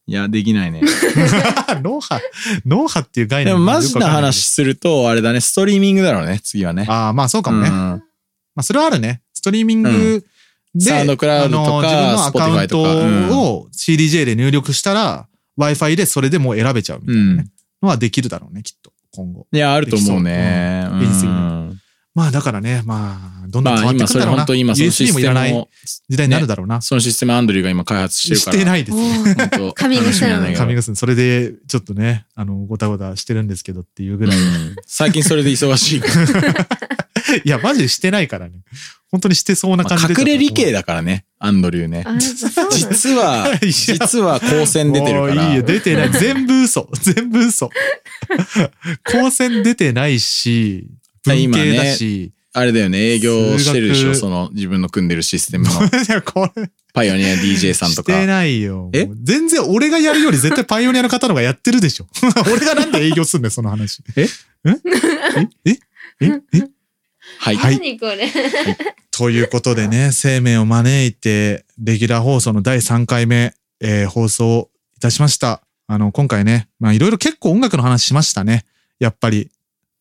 S3: や、でき ないね。
S1: 脳波、脳波っていう概
S3: で
S1: 念
S3: もマジな
S1: よくわかんい
S3: 話すると、あれだね、ストリーミングだろうね、次はね。
S1: ああ、まあそうかもね。
S3: うん
S1: まあそれはあるね。ストリーミングで、
S3: サウンドクラウドとか
S1: あの自分のアカウン
S3: Spotify とか
S1: トを CDJ で入力したら、Wi-Fi でそれでもう選べちゃうみたいなねのはできるだろうね、きっと。今後。
S3: いや、あると思うね。
S1: できそううん現実的に
S3: うん
S1: まあだからね、まあ、どんどん
S3: ま
S1: 変
S3: あ
S1: わってく
S3: 今
S1: んだ
S3: それ
S1: ろうな。
S3: 本当に今そのシ
S1: USB
S3: ス
S1: もい
S3: テ
S1: らない
S3: ムを、
S1: 時代になるだろうな。
S3: そのシステムアンドリューが今開発してる
S1: し
S3: から。
S1: てないで
S2: お
S1: す。
S2: ー
S3: 本 当
S2: カミングしたの
S3: 楽みだ
S1: 神
S3: ね
S1: がすん、それでちょっとね、あの、ごたごたしてるんですけどっていうぐらい。
S3: うん最近それで忙しい から。
S1: いや、マジでしてないからね。本当にしてそうな
S3: まあ
S1: 感じで。
S3: 隠れ理系だからね、アンドリューね。
S2: あ、そ うなんだ。
S3: 実は、
S1: いや
S3: 実は光線出てるか
S1: もう
S3: ら。
S1: いいよ、出て ない。全部嘘。全部嘘。光線出てないし、文系だし。
S3: あれだよね、営業してるでしょ、
S1: 数学
S3: その自分の組んでるシステムの。
S1: いやこれ、
S3: パイオニア DJ さん
S1: し
S3: とか。
S1: てないよ。
S3: え
S1: もう全然俺がやるより絶対パイオニアの方の方がやってるでしょ。 俺がなんで営業すんだよ、その話。
S3: え
S1: えええええ
S3: はい。
S1: はい
S2: 何これ。
S1: ということでね、生命を招いて、レギュラー放送の第3回目、えー放送いたしました。あの、今回ね、まあいろいろ結構音楽の話しましたね。やっぱり。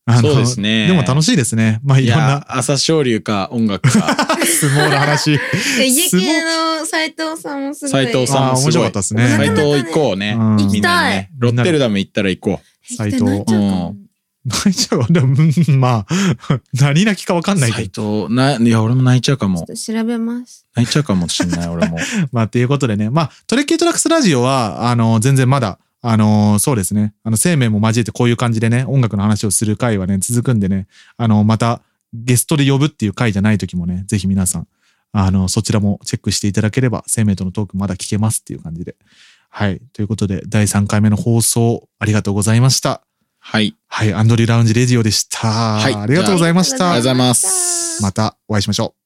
S1: あの
S3: そうですね。
S1: でも楽
S3: し
S1: しいですね。まあい
S3: い
S1: ろん
S3: や
S1: な、
S3: 朝青龍か音楽か。
S1: 相撲の話。
S2: 家
S1: すごい
S2: 系の斎藤さんもすごい。
S3: 斎藤さんも
S1: あー
S3: すごい。
S1: 面白かったですね
S3: 斎藤行こうね。
S1: うん
S2: 行
S3: み
S2: き
S3: んな
S2: た
S3: で
S2: い
S3: ね。。ロッテルダム行ったら行こ
S1: 斎藤
S2: 行きたいなっちゃうかも
S1: 泣いちゃうわ。でも、うんまあ、 何泣きかわか
S3: う。
S1: んない
S3: 斎
S1: けど。
S3: 藤、な、いや、俺も泣いちゃうか
S2: ちょっ
S3: も。
S2: と調べます。
S3: 泣いちゃうかもしんない、俺も。
S1: まあ、ということでね。まあ、トレッキートラックスラジオは、あの、全然まだ、あの、そうですね。あの、生命も交えてこういう感じでね、音楽の話をする回はね、続くんでね、あの、また、ゲストで呼ぶっていう回じゃない時もね、ぜひ皆さん、あの、そちらもチェックしていただければ、生命とのトークまだ聞けますっていう感じで。はい。ということで、第3回目の放送、ありがとうございました。
S3: はい。
S1: はい、アンドリュー・ラウンジ・レディオでした。
S3: い
S1: ありがとうございまし
S2: あ
S1: た
S3: あ
S2: ありがとう
S3: りがとうございま
S2: ございます
S3: す。
S1: またお会いしましょう。